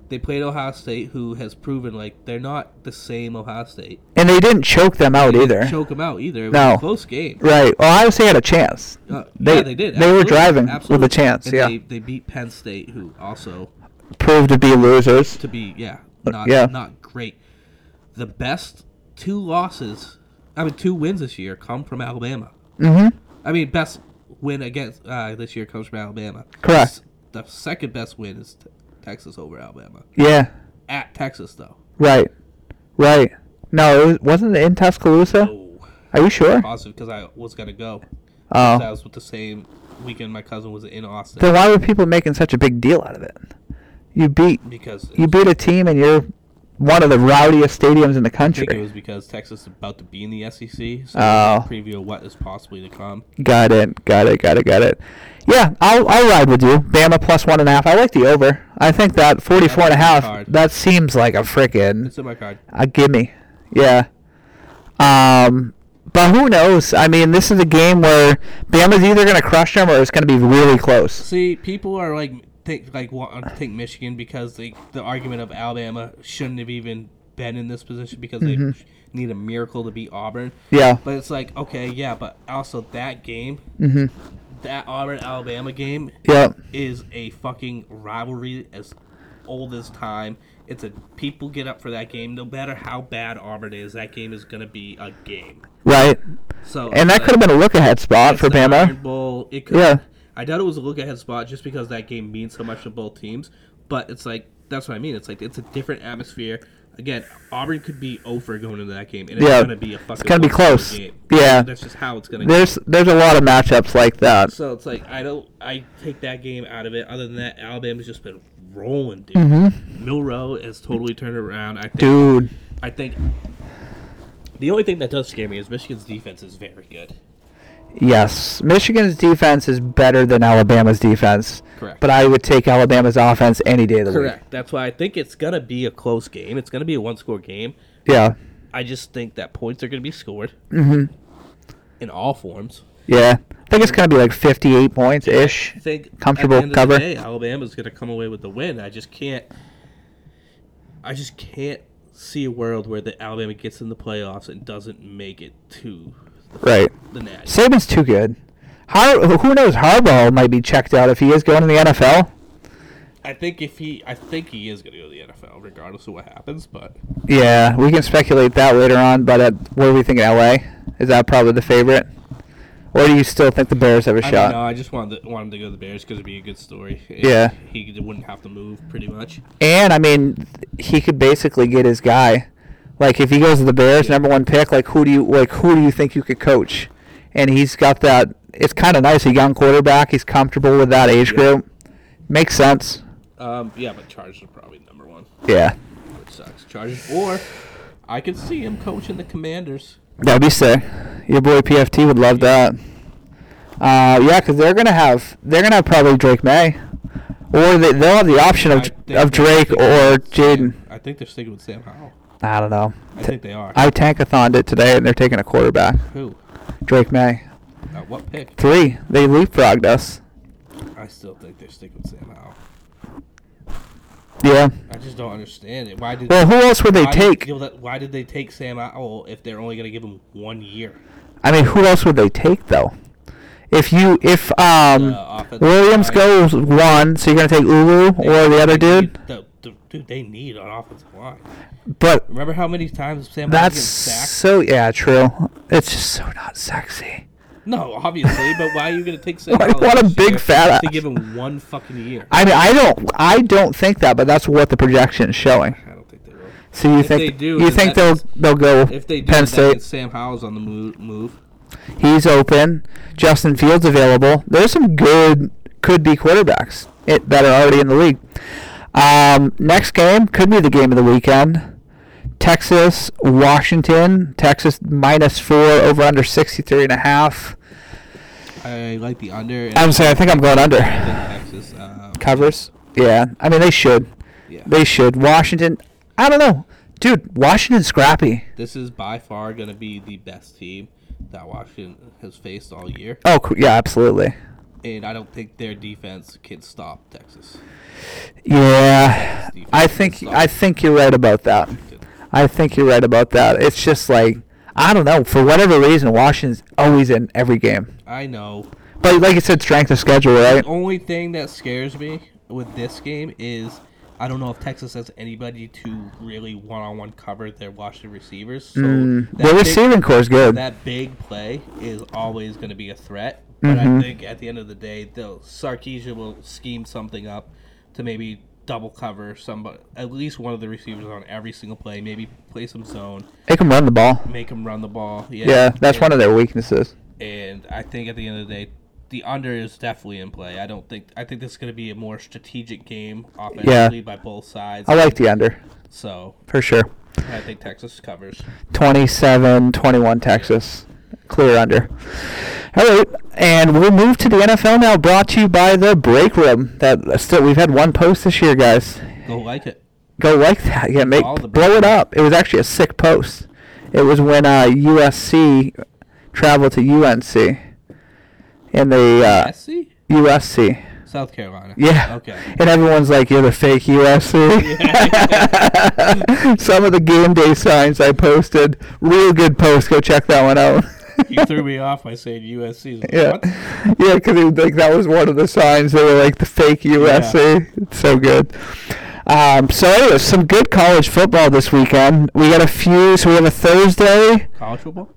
Speaker 2: they played Ohio State, who has proven like they're not the same Ohio State.
Speaker 1: And they didn't choke them out either.
Speaker 2: Choke them out either. It was
Speaker 1: No.
Speaker 2: a close game.
Speaker 1: Right. Ohio State had a chance.
Speaker 2: Uh,
Speaker 1: They-
Speaker 2: yeah, they did.
Speaker 1: they were
Speaker 2: absolutely,
Speaker 1: driving with a
Speaker 2: absolutely.
Speaker 1: chance,
Speaker 2: And
Speaker 1: yeah.
Speaker 2: they, they beat Penn State, who also
Speaker 1: Proved to be losers.
Speaker 2: to be yeah not
Speaker 1: Uh, yeah.
Speaker 2: not great. The best two losses, I mean two wins this year come from Alabama.
Speaker 1: Mm-hmm.
Speaker 2: I mean best win against uh, this year comes from Alabama.
Speaker 1: Correct.
Speaker 2: The second best win is t- Texas over Alabama
Speaker 1: Yeah.
Speaker 2: at Texas though.
Speaker 1: Right. Right. No, it was, wasn't it in Tuscaloosa?
Speaker 2: Oh,
Speaker 1: Are you sure?
Speaker 2: positive because I was gonna go.
Speaker 1: Oh.
Speaker 2: I was with the same weekend my cousin was in Austin
Speaker 1: Then why were people making such a big deal out of it? You beat
Speaker 2: because
Speaker 1: you beat a team and you're one of the rowdiest stadiums in the
Speaker 2: I think it
Speaker 1: country.
Speaker 2: was because Texas is about to be in the SEC. So
Speaker 1: Oh.
Speaker 2: preview of what is possibly to come.
Speaker 1: Got it. Got it. Got it. Got it. Yeah, I'll, I'll ride with you. Bama plus one and a half. I like the over. I think that 44 and a half,
Speaker 2: Hard.
Speaker 1: that seems like a frickin'
Speaker 2: It's in my card.
Speaker 1: a gimme. Yeah. Um, But who knows? I mean, this is a game where Bama's either going to crush them or it's going to be really close.
Speaker 2: See, people are like think like want to take Michigan because they, the argument of Alabama shouldn't have even been in this position because they
Speaker 1: Mm-hmm.
Speaker 2: need a miracle to beat Auburn.
Speaker 1: Yeah.
Speaker 2: But it's like okay, yeah, but also that game,
Speaker 1: Mm-hmm.
Speaker 2: that Auburn Alabama game,
Speaker 1: Yep.
Speaker 2: is a fucking rivalry as old as time. It's a people get up for that game, no matter how bad Auburn is. That game is gonna be a game.
Speaker 1: Right.
Speaker 2: So
Speaker 1: And that
Speaker 2: uh,
Speaker 1: could have been a look ahead spot
Speaker 2: it's
Speaker 1: for
Speaker 2: the Iron
Speaker 1: Bama.
Speaker 2: Bowl, it could.
Speaker 1: Yeah.
Speaker 2: I doubt it was a look ahead spot just because that game means so much to both teams. But it's like that's what I mean. It's like it's a different atmosphere. Again, Auburn could be over going into that game, and it's
Speaker 1: Yeah.
Speaker 2: gonna be a fucking.
Speaker 1: gonna be
Speaker 2: one-sided
Speaker 1: close. Yeah.
Speaker 2: that's just how it's gonna. go.
Speaker 1: There's there's a lot of matchups like that.
Speaker 2: So it's like I don't I take that game out of it. Other than that, Alabama's just been rolling, dude. Milrow has totally turned it around. I think
Speaker 1: Dude.
Speaker 2: I think the only thing that does scare me is Michigan's defense is very good.
Speaker 1: Yes, Michigan's defense is better than Alabama's defense.
Speaker 2: Correct.
Speaker 1: But I would take Alabama's offense any day of the
Speaker 2: Correct. That's why I think it's gonna be a close game. It's gonna be a one score game.
Speaker 1: week. Yeah.
Speaker 2: I just think that points are gonna be scored in all forms.
Speaker 1: Yeah. I think it's gonna be like fifty-eight points ish.
Speaker 2: I think at the
Speaker 1: Comfortable
Speaker 2: end of the
Speaker 1: cover.
Speaker 2: day, Alabama's going to come away with the win. I just can't. I just can't see a world where the Alabama gets in the playoffs and doesn't make it to
Speaker 1: Right.
Speaker 2: the national.
Speaker 1: Saban's too good. Har- who knows? Harbaugh might be checked out if he is going to the NFL.
Speaker 2: I think if he, I think he is going to go to the NFL, regardless of what happens. But
Speaker 1: Yeah, we can speculate that later on. But at, what do we think? LA is that probably the favorite, or do you still think the Bears have a
Speaker 2: I uh, don't
Speaker 1: shot?
Speaker 2: know. I just wanted to, wanted to go to the Bears because it'd be a good story. And
Speaker 1: Yeah.
Speaker 2: he wouldn't have to move pretty much.
Speaker 1: And I mean, he could basically get his guy. Like if he goes to the Bears, number one pick, like who do you like who do you think you could coach? And he's got that. It's kind of nice, a young quarterback. He's comfortable with that age group. Makes sense.
Speaker 2: Um, yeah, but Chargers are probably number one,
Speaker 1: Yeah,
Speaker 2: which sucks. Chargers, or I could see him coaching the Commanders.
Speaker 1: that'd be sick. Your boy PFT would love that. Uh, yeah, because they're gonna have they're gonna have probably Drake May, or they, they'll have the option
Speaker 2: I
Speaker 1: of
Speaker 2: think
Speaker 1: of
Speaker 2: they're
Speaker 1: Drake
Speaker 2: sticking
Speaker 1: or
Speaker 2: with Sam-
Speaker 1: Jaden.
Speaker 2: I think they're sticking with Sam Howell.
Speaker 1: I don't know.
Speaker 2: I think they are.
Speaker 1: I tankathoned it today, and they're taking a quarterback,
Speaker 2: Who?
Speaker 1: Drake May.
Speaker 2: At what pick?
Speaker 1: Three. They leapfrogged us.
Speaker 2: I still think they're sticking with Sam Howell.
Speaker 1: Yeah.
Speaker 2: I just don't understand it. Why did?
Speaker 1: Well, who else would they
Speaker 2: why
Speaker 1: take?
Speaker 2: Did, you know, that- why did they take Sam Howell if they're only going to give him one year?
Speaker 1: I mean, who else would they take though? If you if um
Speaker 2: The offensive
Speaker 1: Williams
Speaker 2: line-
Speaker 1: goes one, so you're gonna take Ulu or the other
Speaker 2: They
Speaker 1: dude.
Speaker 2: need- the- the- dude, they need an offensive line.
Speaker 1: But
Speaker 2: Remember how many times Sam Howell
Speaker 1: that's
Speaker 2: gets sacked?
Speaker 1: so yeah, true. It's just so not sexy.
Speaker 2: No, obviously, but why are you going to take Sam
Speaker 1: Like,
Speaker 2: Howell
Speaker 1: what a
Speaker 2: this
Speaker 1: big
Speaker 2: year
Speaker 1: fat
Speaker 2: to
Speaker 1: ass.
Speaker 2: give him one fucking year?
Speaker 1: I mean, I don't I don't think that, but that's what the projection is showing.
Speaker 2: I don't think they will.
Speaker 1: So you
Speaker 2: If
Speaker 1: think
Speaker 2: they do,
Speaker 1: you
Speaker 2: then
Speaker 1: think
Speaker 2: that
Speaker 1: they'll
Speaker 2: means-
Speaker 1: they'll go
Speaker 2: If they do,
Speaker 1: Penn
Speaker 2: that
Speaker 1: State?
Speaker 2: means Sam Howell's on the move. move.
Speaker 1: He's open. Justin Fields available. There's some good could be quarterbacks it, that are already in the league. Um, next game could be the game of the weekend. Texas, Washington. Texas minus four over under 63 and a half.
Speaker 2: I like the under. and
Speaker 1: I'm sorry, I think I'm going
Speaker 2: I
Speaker 1: under.
Speaker 2: think Texas. Uh,
Speaker 1: Covers? Yeah. I mean, they should.
Speaker 2: yeah.
Speaker 1: They should. Washington, I don't know. Dude, Washington's scrappy.
Speaker 2: This is by far going to be the best team that Washington has faced all year,
Speaker 1: Oh, cou- yeah, absolutely.
Speaker 2: and I don't think their defense can stop Texas.
Speaker 1: Yeah. I think I think you're right about that. I think you're right about that. It's just like I don't know for whatever reason Washington's always in every game.
Speaker 2: I know.
Speaker 1: But like you said, strength of schedule, right?
Speaker 2: The only thing that scares me with this game is I don't know if Texas has anybody to really one-on-one cover their Washington receivers. So that
Speaker 1: Mm, Their
Speaker 2: big-
Speaker 1: receiving core is good.
Speaker 2: that big play is always going to be a threat. But
Speaker 1: Mm-hmm.
Speaker 2: I think at the end of the day, they'll Sarkeesian will scheme something up to maybe double cover somebody, at least one of the receivers on every single play. Maybe play some zone,
Speaker 1: They can run the ball.
Speaker 2: make him run the ball. Yeah,
Speaker 1: Yeah, that's
Speaker 2: and,
Speaker 1: one of their weaknesses.
Speaker 2: And I think at the end of the day, the under is definitely in play. I don't think I think this is going to be a more strategic game offensively by both sides.
Speaker 1: I like the under
Speaker 2: so
Speaker 1: for sure.
Speaker 2: I think Texas covers.
Speaker 1: 27-21 Texas, clear under. All right, and we'll move to the NFL now. Brought to you by the Break Room. That still we've had one post this year, guys.
Speaker 2: Go like it.
Speaker 1: go like that. Yeah, make
Speaker 2: All the
Speaker 1: blow it up. It was actually a sick post. It was when uh, USC travel to UNC and they uh,
Speaker 2: USC?
Speaker 1: USC.
Speaker 2: South Carolina.
Speaker 1: Yeah.
Speaker 2: Okay.
Speaker 1: And everyone's like, "You're the fake USC." Some of the game day signs I posted, real good post. Go check that one out.
Speaker 2: you threw me off by saying USC. Like,
Speaker 1: yeah,
Speaker 2: What?
Speaker 1: yeah, because like that was one of the signs. They were like the fake USC. It's so good. Um, so anyway, some good college football this weekend. We got a few. So we have a Thursday.
Speaker 2: College football?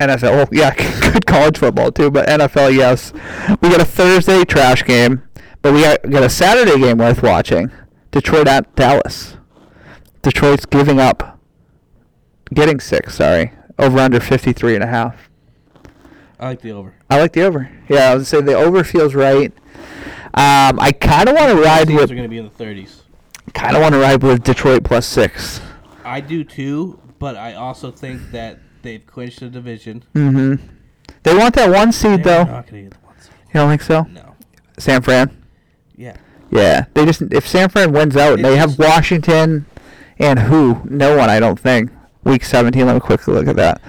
Speaker 1: NFL. Well, yeah, good college football too, but NFL, yes. We got a Thursday trash game, but we got, we got a Saturday game worth watching. Detroit at Dallas. Detroit's giving up, getting six. Sorry, over under fifty three and a half.
Speaker 2: I like the over.
Speaker 1: I like the over. Yeah, I would say the over feels right. Um, I kind of want to ride
Speaker 2: Teams
Speaker 1: with,
Speaker 2: are going to be in the 30s.
Speaker 1: kind of want to ride with Detroit plus six.
Speaker 2: I do too, but I also think that they've clinched the division.
Speaker 1: Mm-hmm. They want that one seed
Speaker 2: They're
Speaker 1: though.
Speaker 2: not going to get the one seed.
Speaker 1: You don't think so?
Speaker 2: No.
Speaker 1: San Fran.
Speaker 2: Yeah.
Speaker 1: Yeah, they just if San Fran wins out,
Speaker 2: It
Speaker 1: they have
Speaker 2: just-
Speaker 1: Washington and who? No one, I don't think. Week 17. Let me quickly look at that.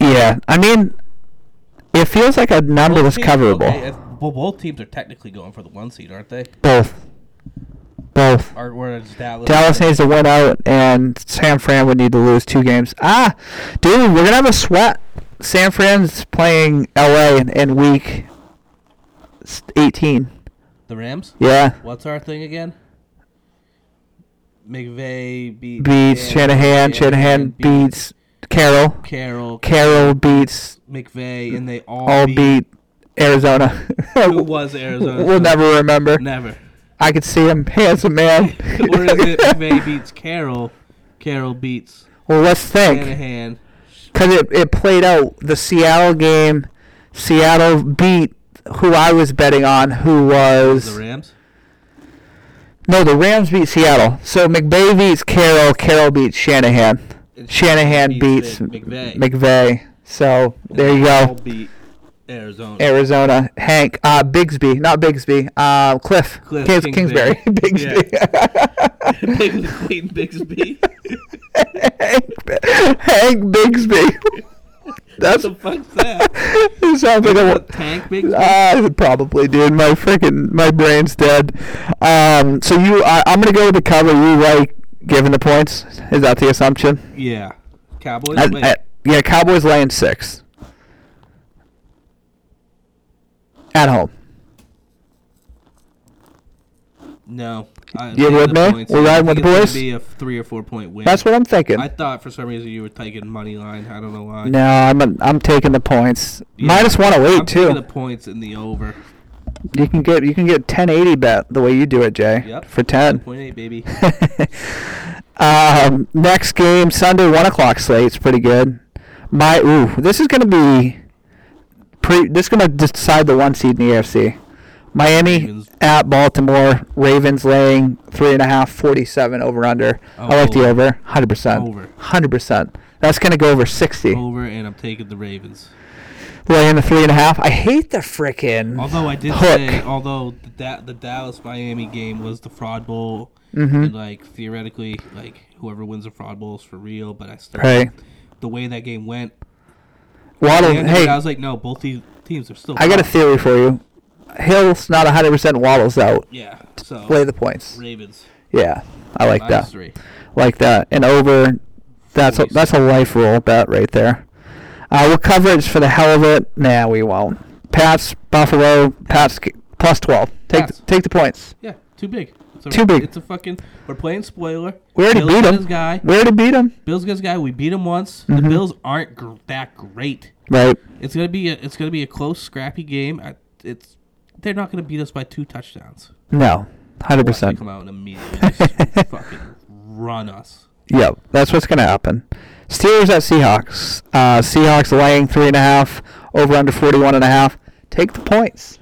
Speaker 1: Yeah, I mean, it feels like a number that's
Speaker 2: Both teams-
Speaker 1: coverable.
Speaker 2: okay, if- well, both teams are technically going for the one seed, aren't they?
Speaker 1: Both, both.
Speaker 2: Or whereas Dallas.
Speaker 1: Dallas needs to win out, and San Fran would need to lose two games. Ah, dude, we're gonna have a sweat. San Fran's playing LA in, in week s- 18.
Speaker 2: The Rams?
Speaker 1: Yeah.
Speaker 2: What's our thing again? McVay beat
Speaker 1: beats Shanahan. Shanahan beats Carroll.
Speaker 2: Carroll.
Speaker 1: Carroll beats
Speaker 2: McVay, and they all,
Speaker 1: all
Speaker 2: beat,
Speaker 1: beat Arizona.
Speaker 2: Who was Arizona?
Speaker 1: We'll never remember.
Speaker 2: Never.
Speaker 1: I could see him, handsome man.
Speaker 2: or is it McVay beats Carroll? Carroll beats
Speaker 1: well, let's think,
Speaker 2: Shanahan.
Speaker 1: because it, it played out the Seattle game. Seattle beat who I was betting on, who
Speaker 2: The
Speaker 1: was
Speaker 2: Rams?
Speaker 1: no, the Rams beat Seattle. So McVay beats Carroll. Carroll beats Shanahan.
Speaker 2: And
Speaker 1: Shanahan beats
Speaker 2: beats Mc- McVay.
Speaker 1: McVay. So there you
Speaker 2: All
Speaker 1: go.
Speaker 2: beat Arizona.
Speaker 1: Arizona. Hank, uh, Bigsby, not Bigsby, uh, Cliff,
Speaker 2: Cliff
Speaker 1: Kings- Kingsbury,
Speaker 2: Kingsbury.
Speaker 1: Bigsby.
Speaker 2: Big Clayton Bigsby.
Speaker 1: Hank, Hank Bigsby.
Speaker 2: what
Speaker 1: That's
Speaker 2: the fuck's that?
Speaker 1: it sounds like a.
Speaker 2: Tank Bigsby?
Speaker 1: Uh, probably, dude. My freaking my brain's dead. Um, so you, I I'm gonna go with the cover. You like giving the points? Is that the assumption?
Speaker 2: yeah. Cowboys?
Speaker 1: I-
Speaker 2: Wait.
Speaker 1: I- yeah, Cowboys laying six at home.
Speaker 2: no. I-
Speaker 1: You
Speaker 2: I'm
Speaker 1: with
Speaker 2: taking the
Speaker 1: me?
Speaker 2: points.
Speaker 1: We're
Speaker 2: I
Speaker 1: riding with
Speaker 2: think
Speaker 1: the
Speaker 2: it's gonna
Speaker 1: boys?
Speaker 2: Be a three or four point win.
Speaker 1: That's what I'm thinking.
Speaker 2: I thought for some reason you were taking money line. I don't know why.
Speaker 1: No, I'm a, I'm taking the points.
Speaker 2: Yeah.
Speaker 1: Minus
Speaker 2: I'm
Speaker 1: 108
Speaker 2: taking the
Speaker 1: too.
Speaker 2: points in the over.
Speaker 1: You can get you can get 1080 bet the way you do it, Jay.
Speaker 2: Yep.
Speaker 1: For 10.
Speaker 2: Point eight, baby.
Speaker 1: um, next game Sunday one o'clock slate's pretty good. My ooh, this is gonna be pre. This is gonna decide the one seed in the AFC. Miami
Speaker 2: Ravens.
Speaker 1: at Baltimore. Ravens laying three and a half, 47 over under. I like the
Speaker 2: Oh.
Speaker 1: over, 100 percent,
Speaker 2: Over.
Speaker 1: 100 percent. That's gonna go over 60.
Speaker 2: over, and I'm taking the Ravens.
Speaker 1: Laying the three and a half. I hate the frickin'
Speaker 2: Although I did
Speaker 1: Hook.
Speaker 2: say, although the, da- the Dallas Miami game was the fraud bowl,
Speaker 1: Mm-hmm.
Speaker 2: and like theoretically, like whoever wins the fraud bowl is for real. But I still,
Speaker 1: Right.
Speaker 2: the way that game went, at
Speaker 1: Waddle.
Speaker 2: the end of it,
Speaker 1: Hey,
Speaker 2: I was like, no, both these teams are still.
Speaker 1: I got a
Speaker 2: fraud.
Speaker 1: theory for you. Hill's not 100%. Waddle's out.
Speaker 2: yeah. So
Speaker 1: Play the points.
Speaker 2: Ravens
Speaker 1: Yeah, I like
Speaker 2: minus
Speaker 1: that.
Speaker 2: three.
Speaker 1: Like that. And over. That's a, that's a life rule bet right there. Uh, we'll cover it just for the hell of it. Nah, we won't. Pats, Buffalo, Pats g- plus 12. Take
Speaker 2: Pats.
Speaker 1: the, take the points.
Speaker 2: Yeah, too big. It's a,
Speaker 1: Too big.
Speaker 2: It's a fucking. We're playing spoiler.
Speaker 1: We already
Speaker 2: Bills
Speaker 1: beat
Speaker 2: got
Speaker 1: 'em.
Speaker 2: His guy.
Speaker 1: We already beat them.
Speaker 2: Bills got his guy. We beat him once.
Speaker 1: Mm-hmm.
Speaker 2: The Bills aren't gr- that great.
Speaker 1: Right.
Speaker 2: It's gonna be a, it's gonna be a close, scrappy game. I, it's they're not gonna beat us by two touchdowns.
Speaker 1: No.
Speaker 2: They
Speaker 1: 100%.
Speaker 2: come out and immediately just fucking run us.
Speaker 1: Yep, that's what's going to happen. Steelers at Seahawks. Uh, Seahawks laying three and a half, over under forty one and a half. Take the points.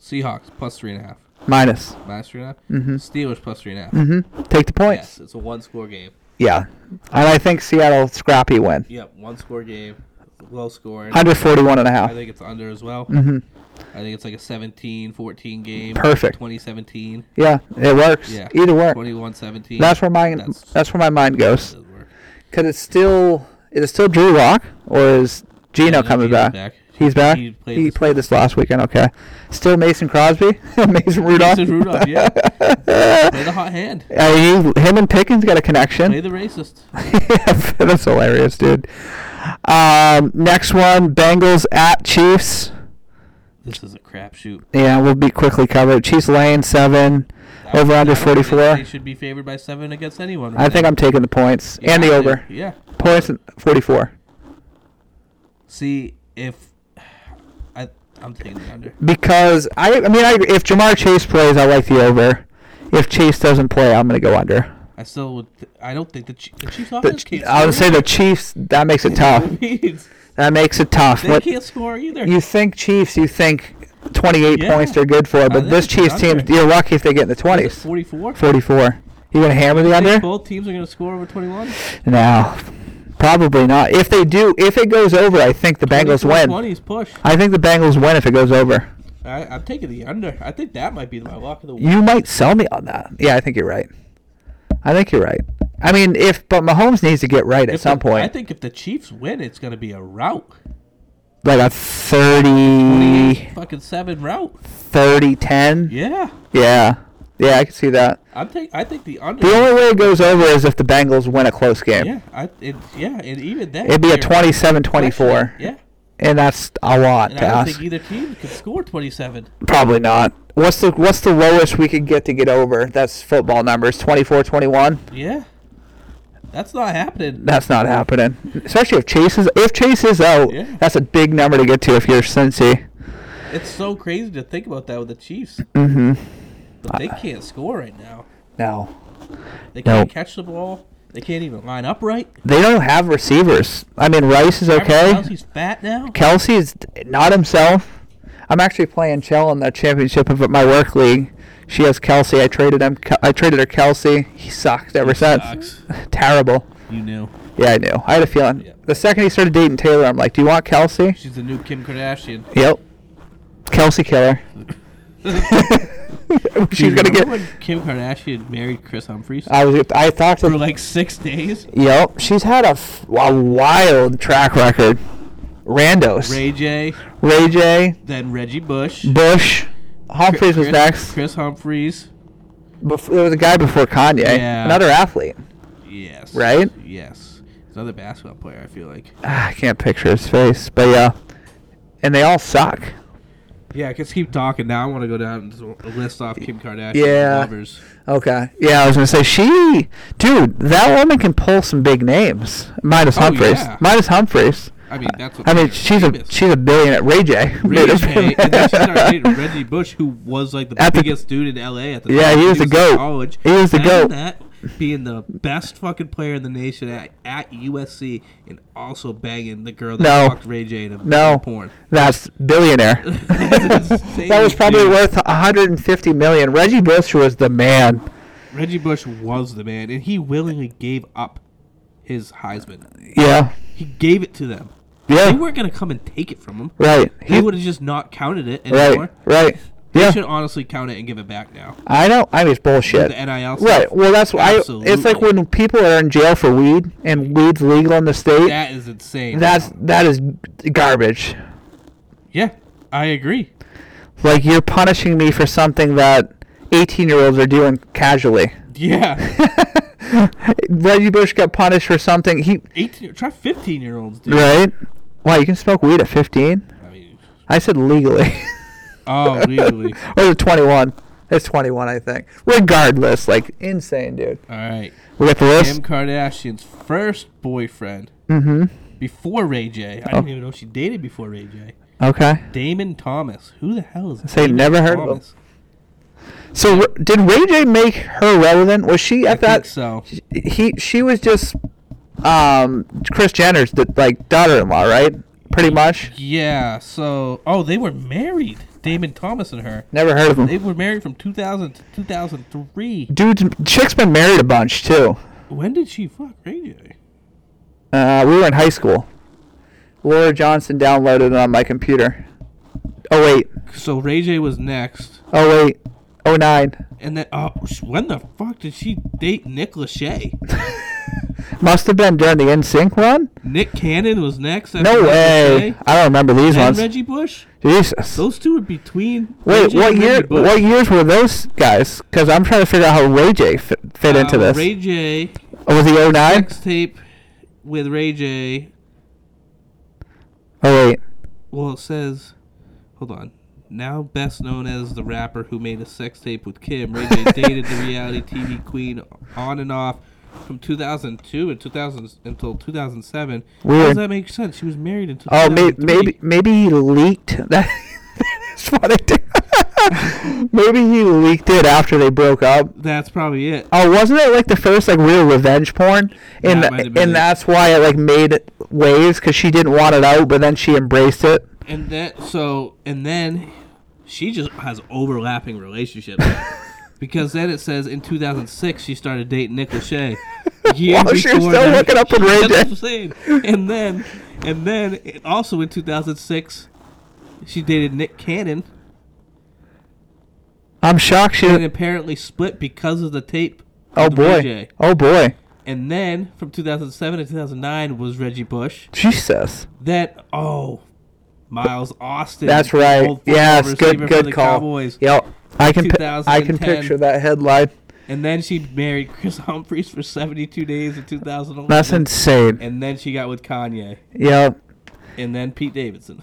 Speaker 2: Seahawks plus three and a half.
Speaker 1: Minus.
Speaker 2: Minus three and a half. Mm-hmm. Steelers plus three and a half.
Speaker 1: Mm-hmm. Take the points.
Speaker 2: Yes, it's a one score game.
Speaker 1: Yeah. And I think Seattle scrappy win.
Speaker 2: Yep, one score game. Low scoring.
Speaker 1: Under forty one and a half.
Speaker 2: I think it's under as well.
Speaker 1: Mm.
Speaker 2: Mm-hmm. I think it's like a 17 14 game.
Speaker 1: Perfect.
Speaker 2: 2017.
Speaker 1: Yeah, it works.
Speaker 2: Yeah.
Speaker 1: Either work.
Speaker 2: 21 17.
Speaker 1: That's where my
Speaker 2: That's-
Speaker 1: that's where my mind goes.
Speaker 2: does work.
Speaker 1: Cause it's still Is it still Drew Lock or is Gino
Speaker 2: No,
Speaker 1: coming
Speaker 2: Gino's
Speaker 1: back? He's back. He played, this, last weekend. Okay. Still Mason Crosby, Mason Rudolph.
Speaker 2: Mason Rudolph, yeah. Play the hot hand.
Speaker 1: Uh, he, him and Pickens got a
Speaker 2: Play
Speaker 1: connection.
Speaker 2: the racist.
Speaker 1: That's hilarious, dude. Um, next one, Bengals at Chiefs.
Speaker 2: This is a crapshoot.
Speaker 1: Yeah, we'll be quickly covered. Chiefs laying seven,
Speaker 2: I would-
Speaker 1: over
Speaker 2: I
Speaker 1: under
Speaker 2: would think
Speaker 1: forty four.
Speaker 2: They should be favored by seven against anyone.
Speaker 1: I
Speaker 2: right
Speaker 1: think
Speaker 2: now.
Speaker 1: I'm taking the points
Speaker 2: You
Speaker 1: and the
Speaker 2: have to.
Speaker 1: over.
Speaker 2: Yeah.
Speaker 1: Points forty four
Speaker 2: See if I I'm taking the under.
Speaker 1: because I I mean I, if Jamar Chase plays, I like the over. If Chase doesn't play, I'm gonna go under.
Speaker 2: I still would. Th- I don't think the, Ch- the Chiefs
Speaker 1: The,
Speaker 2: offense can't.
Speaker 1: I would say
Speaker 2: score
Speaker 1: the Chiefs. That makes it tough.
Speaker 2: either. Means
Speaker 1: That makes it tough.
Speaker 2: they
Speaker 1: What-
Speaker 2: can't score either.
Speaker 1: you think Chiefs? You think 28
Speaker 2: Yeah. Uh,
Speaker 1: points they're good for, but
Speaker 2: think
Speaker 1: this
Speaker 2: it's
Speaker 1: Chiefs team,
Speaker 2: under.
Speaker 1: you're lucky if they get in the 20s.
Speaker 2: Forty-four.
Speaker 1: 44. You gonna hammer the
Speaker 2: I think
Speaker 1: under?
Speaker 2: both teams are going to score over twenty-one.
Speaker 1: No, probably not. If they do, if it goes over, I think the Bengals win.
Speaker 2: Twenties push.
Speaker 1: I think the Bengals win if it goes over.
Speaker 2: I, I'm taking the under. I think that might be my lock of the week.
Speaker 1: You might sell me on that. Yeah, I think you're right. I think you're right. I mean, if but Mahomes needs to get right at
Speaker 2: If
Speaker 1: some
Speaker 2: the-
Speaker 1: point,
Speaker 2: I think if the Chiefs win, it's going to be a rout.
Speaker 1: like a Mm. 30,
Speaker 2: Fucking seven rout.
Speaker 1: 30 10.
Speaker 2: Yeah,
Speaker 1: Yeah, yeah, I can see that.
Speaker 2: I'm take. I think the under.
Speaker 1: The only way it goes over is if the Bengals win a close game.
Speaker 2: yeah, I. It, yeah, and even that.
Speaker 1: It'd be a
Speaker 2: they're
Speaker 1: 27-24,
Speaker 2: questioning. Yeah,
Speaker 1: and that's a lot
Speaker 2: and
Speaker 1: to
Speaker 2: I don't
Speaker 1: ask.
Speaker 2: think either team could score twenty-seven.
Speaker 1: Probably not. What's the What's the lowest we could get to get over? That's football numbers 24-21.
Speaker 2: Yeah, that's not happening.
Speaker 1: That's not happening, especially if Chase is if Chase is out.
Speaker 2: Yeah.
Speaker 1: That's a big number to get to if you're Cincy.
Speaker 2: It's so crazy to think about that with the Chiefs.
Speaker 1: Mm-hmm.
Speaker 2: But they can't score right now.
Speaker 1: No,
Speaker 2: They can't
Speaker 1: No.
Speaker 2: catch the ball. They can't even line up right.
Speaker 1: they don't have receivers. I mean, Rice is
Speaker 2: Travis
Speaker 1: okay.
Speaker 2: Kelce's fat now.
Speaker 1: Kelsey is not himself. I'm actually playing Chell in the championship of my work league. She has Kelsey. I traded him. I traded her Kelsey. He sucked ever since.
Speaker 2: Sucks.
Speaker 1: Terrible.
Speaker 2: You knew.
Speaker 1: Yeah, I knew. I had a feeling.
Speaker 2: Yeah.
Speaker 1: The second he started dating Taylor, I'm like, "Do you want Kelsey?"
Speaker 2: She's the new Kim Kardashian.
Speaker 1: Yep. Kelsey killer. She's gonna
Speaker 2: Remember
Speaker 1: get. Uh,
Speaker 2: when Kim Kardashian married Chris Humphries
Speaker 1: I was. I thought.
Speaker 2: for
Speaker 1: To,
Speaker 2: like six days.
Speaker 1: yep. She's had a, f- a wild track record. Randos. Ray,
Speaker 2: Ray J,
Speaker 1: J.
Speaker 2: then Reggie Bush.
Speaker 1: Bush. Humphries was
Speaker 2: Chris-
Speaker 1: next.
Speaker 2: Chris Humphries.
Speaker 1: Bef- there was a guy before Kanye.
Speaker 2: Yeah.
Speaker 1: Another athlete.
Speaker 2: Yes.
Speaker 1: Right?
Speaker 2: Yes. He's Another basketball player. I feel like.
Speaker 1: Ah, I can't picture his face, but yeah. And they all suck.
Speaker 2: Yeah, I can keep talking now. I want to go down and list off Kim Kardashian
Speaker 1: Yeah.
Speaker 2: lovers.
Speaker 1: Okay. Yeah, I was gonna say she, dude, that woman can pull some big names. Minus
Speaker 2: Oh,
Speaker 1: Humphreys.
Speaker 2: yeah.
Speaker 1: Minus Humphreys.
Speaker 2: I mean, that's what
Speaker 1: I mean,
Speaker 2: made her
Speaker 1: she's a
Speaker 2: famous.
Speaker 1: she's a billionaire. Ray J.
Speaker 2: Ray J, and then she started dating Reggie Bush, who was like the
Speaker 1: At the-
Speaker 2: biggest dude in LA at the
Speaker 1: Yeah,
Speaker 2: time.
Speaker 1: he was the
Speaker 2: in
Speaker 1: goat.
Speaker 2: College.
Speaker 1: He was the goat.
Speaker 2: Imagine That being the best fucking player in the nation at, at USC, and also banging the girl that
Speaker 1: No.
Speaker 2: fucked Ray J in a
Speaker 1: No.
Speaker 2: porn.
Speaker 1: That's billionaire.
Speaker 2: That's insane,
Speaker 1: that was probably
Speaker 2: dude.
Speaker 1: worth 150 million. Reggie Bush was the man.
Speaker 2: Reggie Bush was the man, and he willingly gave up his Heisman.
Speaker 1: Yeah.
Speaker 2: He gave it to them. They
Speaker 1: Yeah.
Speaker 2: weren't gonna come and take it from him.
Speaker 1: Right.
Speaker 2: They
Speaker 1: He,
Speaker 2: would have just not counted it anymore.
Speaker 1: right. Right.
Speaker 2: They
Speaker 1: Yeah.
Speaker 2: should honestly count it and give it back now.
Speaker 1: I know. I mean, it's
Speaker 2: The
Speaker 1: bullshit.
Speaker 2: NIL. stuff.
Speaker 1: Right. Well, that's why. It's like
Speaker 2: Absolutely.
Speaker 1: when people are in jail for weed and weed's legal in the state.
Speaker 2: That is insane.
Speaker 1: that's that is garbage.
Speaker 2: yeah, I agree.
Speaker 1: Like you're punishing me for something that 18 year olds are doing casually.
Speaker 2: Yeah,
Speaker 1: Reggie Bush got punished for something he
Speaker 2: eighteen. Try fifteen year olds, dude.
Speaker 1: right. Wow, you can smoke weed at 15.
Speaker 2: I mean,
Speaker 1: I said legally,
Speaker 2: oh, legally.
Speaker 1: or is it 21? It's 21, I think. Regardless, like insane, dude.
Speaker 2: All right.
Speaker 1: We got the list.
Speaker 2: Kim Kardashian's first boyfriend
Speaker 1: Mm-hmm.
Speaker 2: before Ray J.
Speaker 1: Oh.
Speaker 2: I didn't even know she dated before Ray J.
Speaker 1: Okay.
Speaker 2: Damon Thomas. Who the hell is?
Speaker 1: Say
Speaker 2: Damon
Speaker 1: never heard of him. So r- did Ray J make her relevant? Was she? I,
Speaker 2: I
Speaker 1: thought
Speaker 2: think so.
Speaker 1: he she was just um Chris Jenner's d- like daughter-in-law, right? Pretty much.
Speaker 2: Yeah. So, oh, they were married. Damon Thomas and her.
Speaker 1: Never heard of him.
Speaker 2: They were married from 2000 to 2003.
Speaker 1: Dude, chick's been married a bunch too.
Speaker 2: When did she fuck Ray J?
Speaker 1: Uh, we were in high school. Laura Johnson downloaded it on my computer. Oh wait,
Speaker 2: So Ray J was next.
Speaker 1: oh wait, oh nine.
Speaker 2: And then, oh, sh- when the fuck did she date Nick Lachey?
Speaker 1: Must have been during the NSYNC one.
Speaker 2: Nick Cannon was next. after
Speaker 1: No
Speaker 2: Michael
Speaker 1: way.
Speaker 2: Che
Speaker 1: I don't remember these
Speaker 2: And
Speaker 1: ones.
Speaker 2: Reggie Bush.
Speaker 1: Jesus.
Speaker 2: Those two are between.
Speaker 1: Wait,
Speaker 2: Reggie
Speaker 1: what
Speaker 2: and
Speaker 1: year?
Speaker 2: Reggie Bush.
Speaker 1: What years were those guys? Because I'm trying to figure out how Ray J fit, fit into
Speaker 2: Uh,
Speaker 1: this.
Speaker 2: Ray J.
Speaker 1: oh, was he 09?
Speaker 2: Sex tape with Ray J.
Speaker 1: Oh wait.
Speaker 2: Well, it says, hold on. Now best known as the rapper who made a sex tape with Kim, Ray J dated the reality TV queen on and off from 2002 and 2000 until 2007. How
Speaker 1: Weird.
Speaker 2: does that make sense? She was married until.
Speaker 1: Oh, may,
Speaker 2: 2003.
Speaker 1: maybe maybe he leaked that. That's what I did. maybe he leaked it after they broke up.
Speaker 2: That's probably it.
Speaker 1: Oh, wasn't it like the first like real revenge porn, and
Speaker 2: Yeah, it might have been
Speaker 1: and
Speaker 2: it.
Speaker 1: that's why it like made waves because she didn't want it out, but then she embraced it.
Speaker 2: And that so and then she just has overlapping relationships. because then it says in 2006 she started dating Nick Lachey. Year
Speaker 1: While Oh, she was
Speaker 2: before
Speaker 1: still
Speaker 2: that-
Speaker 1: hooking up with Ray
Speaker 2: That's
Speaker 1: J.
Speaker 2: what I'm saying. And then and then it- also in 2006 she dated Nick Cannon
Speaker 1: I'm shocked she.
Speaker 2: and apparently split because of the tape.
Speaker 1: oh
Speaker 2: with Ray
Speaker 1: boy.
Speaker 2: J.
Speaker 1: Oh boy.
Speaker 2: And then from 2007 to 2009 was Reggie Bush.
Speaker 1: Jesus.
Speaker 2: That oh Miles Austin.
Speaker 1: That's right.
Speaker 2: old football
Speaker 1: Yes.
Speaker 2: receiver
Speaker 1: Good.
Speaker 2: for
Speaker 1: Good
Speaker 2: the
Speaker 1: call.
Speaker 2: Cowboys.
Speaker 1: Yep. I can. Pi- I can
Speaker 2: 2010.
Speaker 1: picture that headline.
Speaker 2: And then she married Chris Humphries for 72 days in 2011.
Speaker 1: That's insane.
Speaker 2: and then she got with Kanye.
Speaker 1: Yep.
Speaker 2: And then Pete Davidson.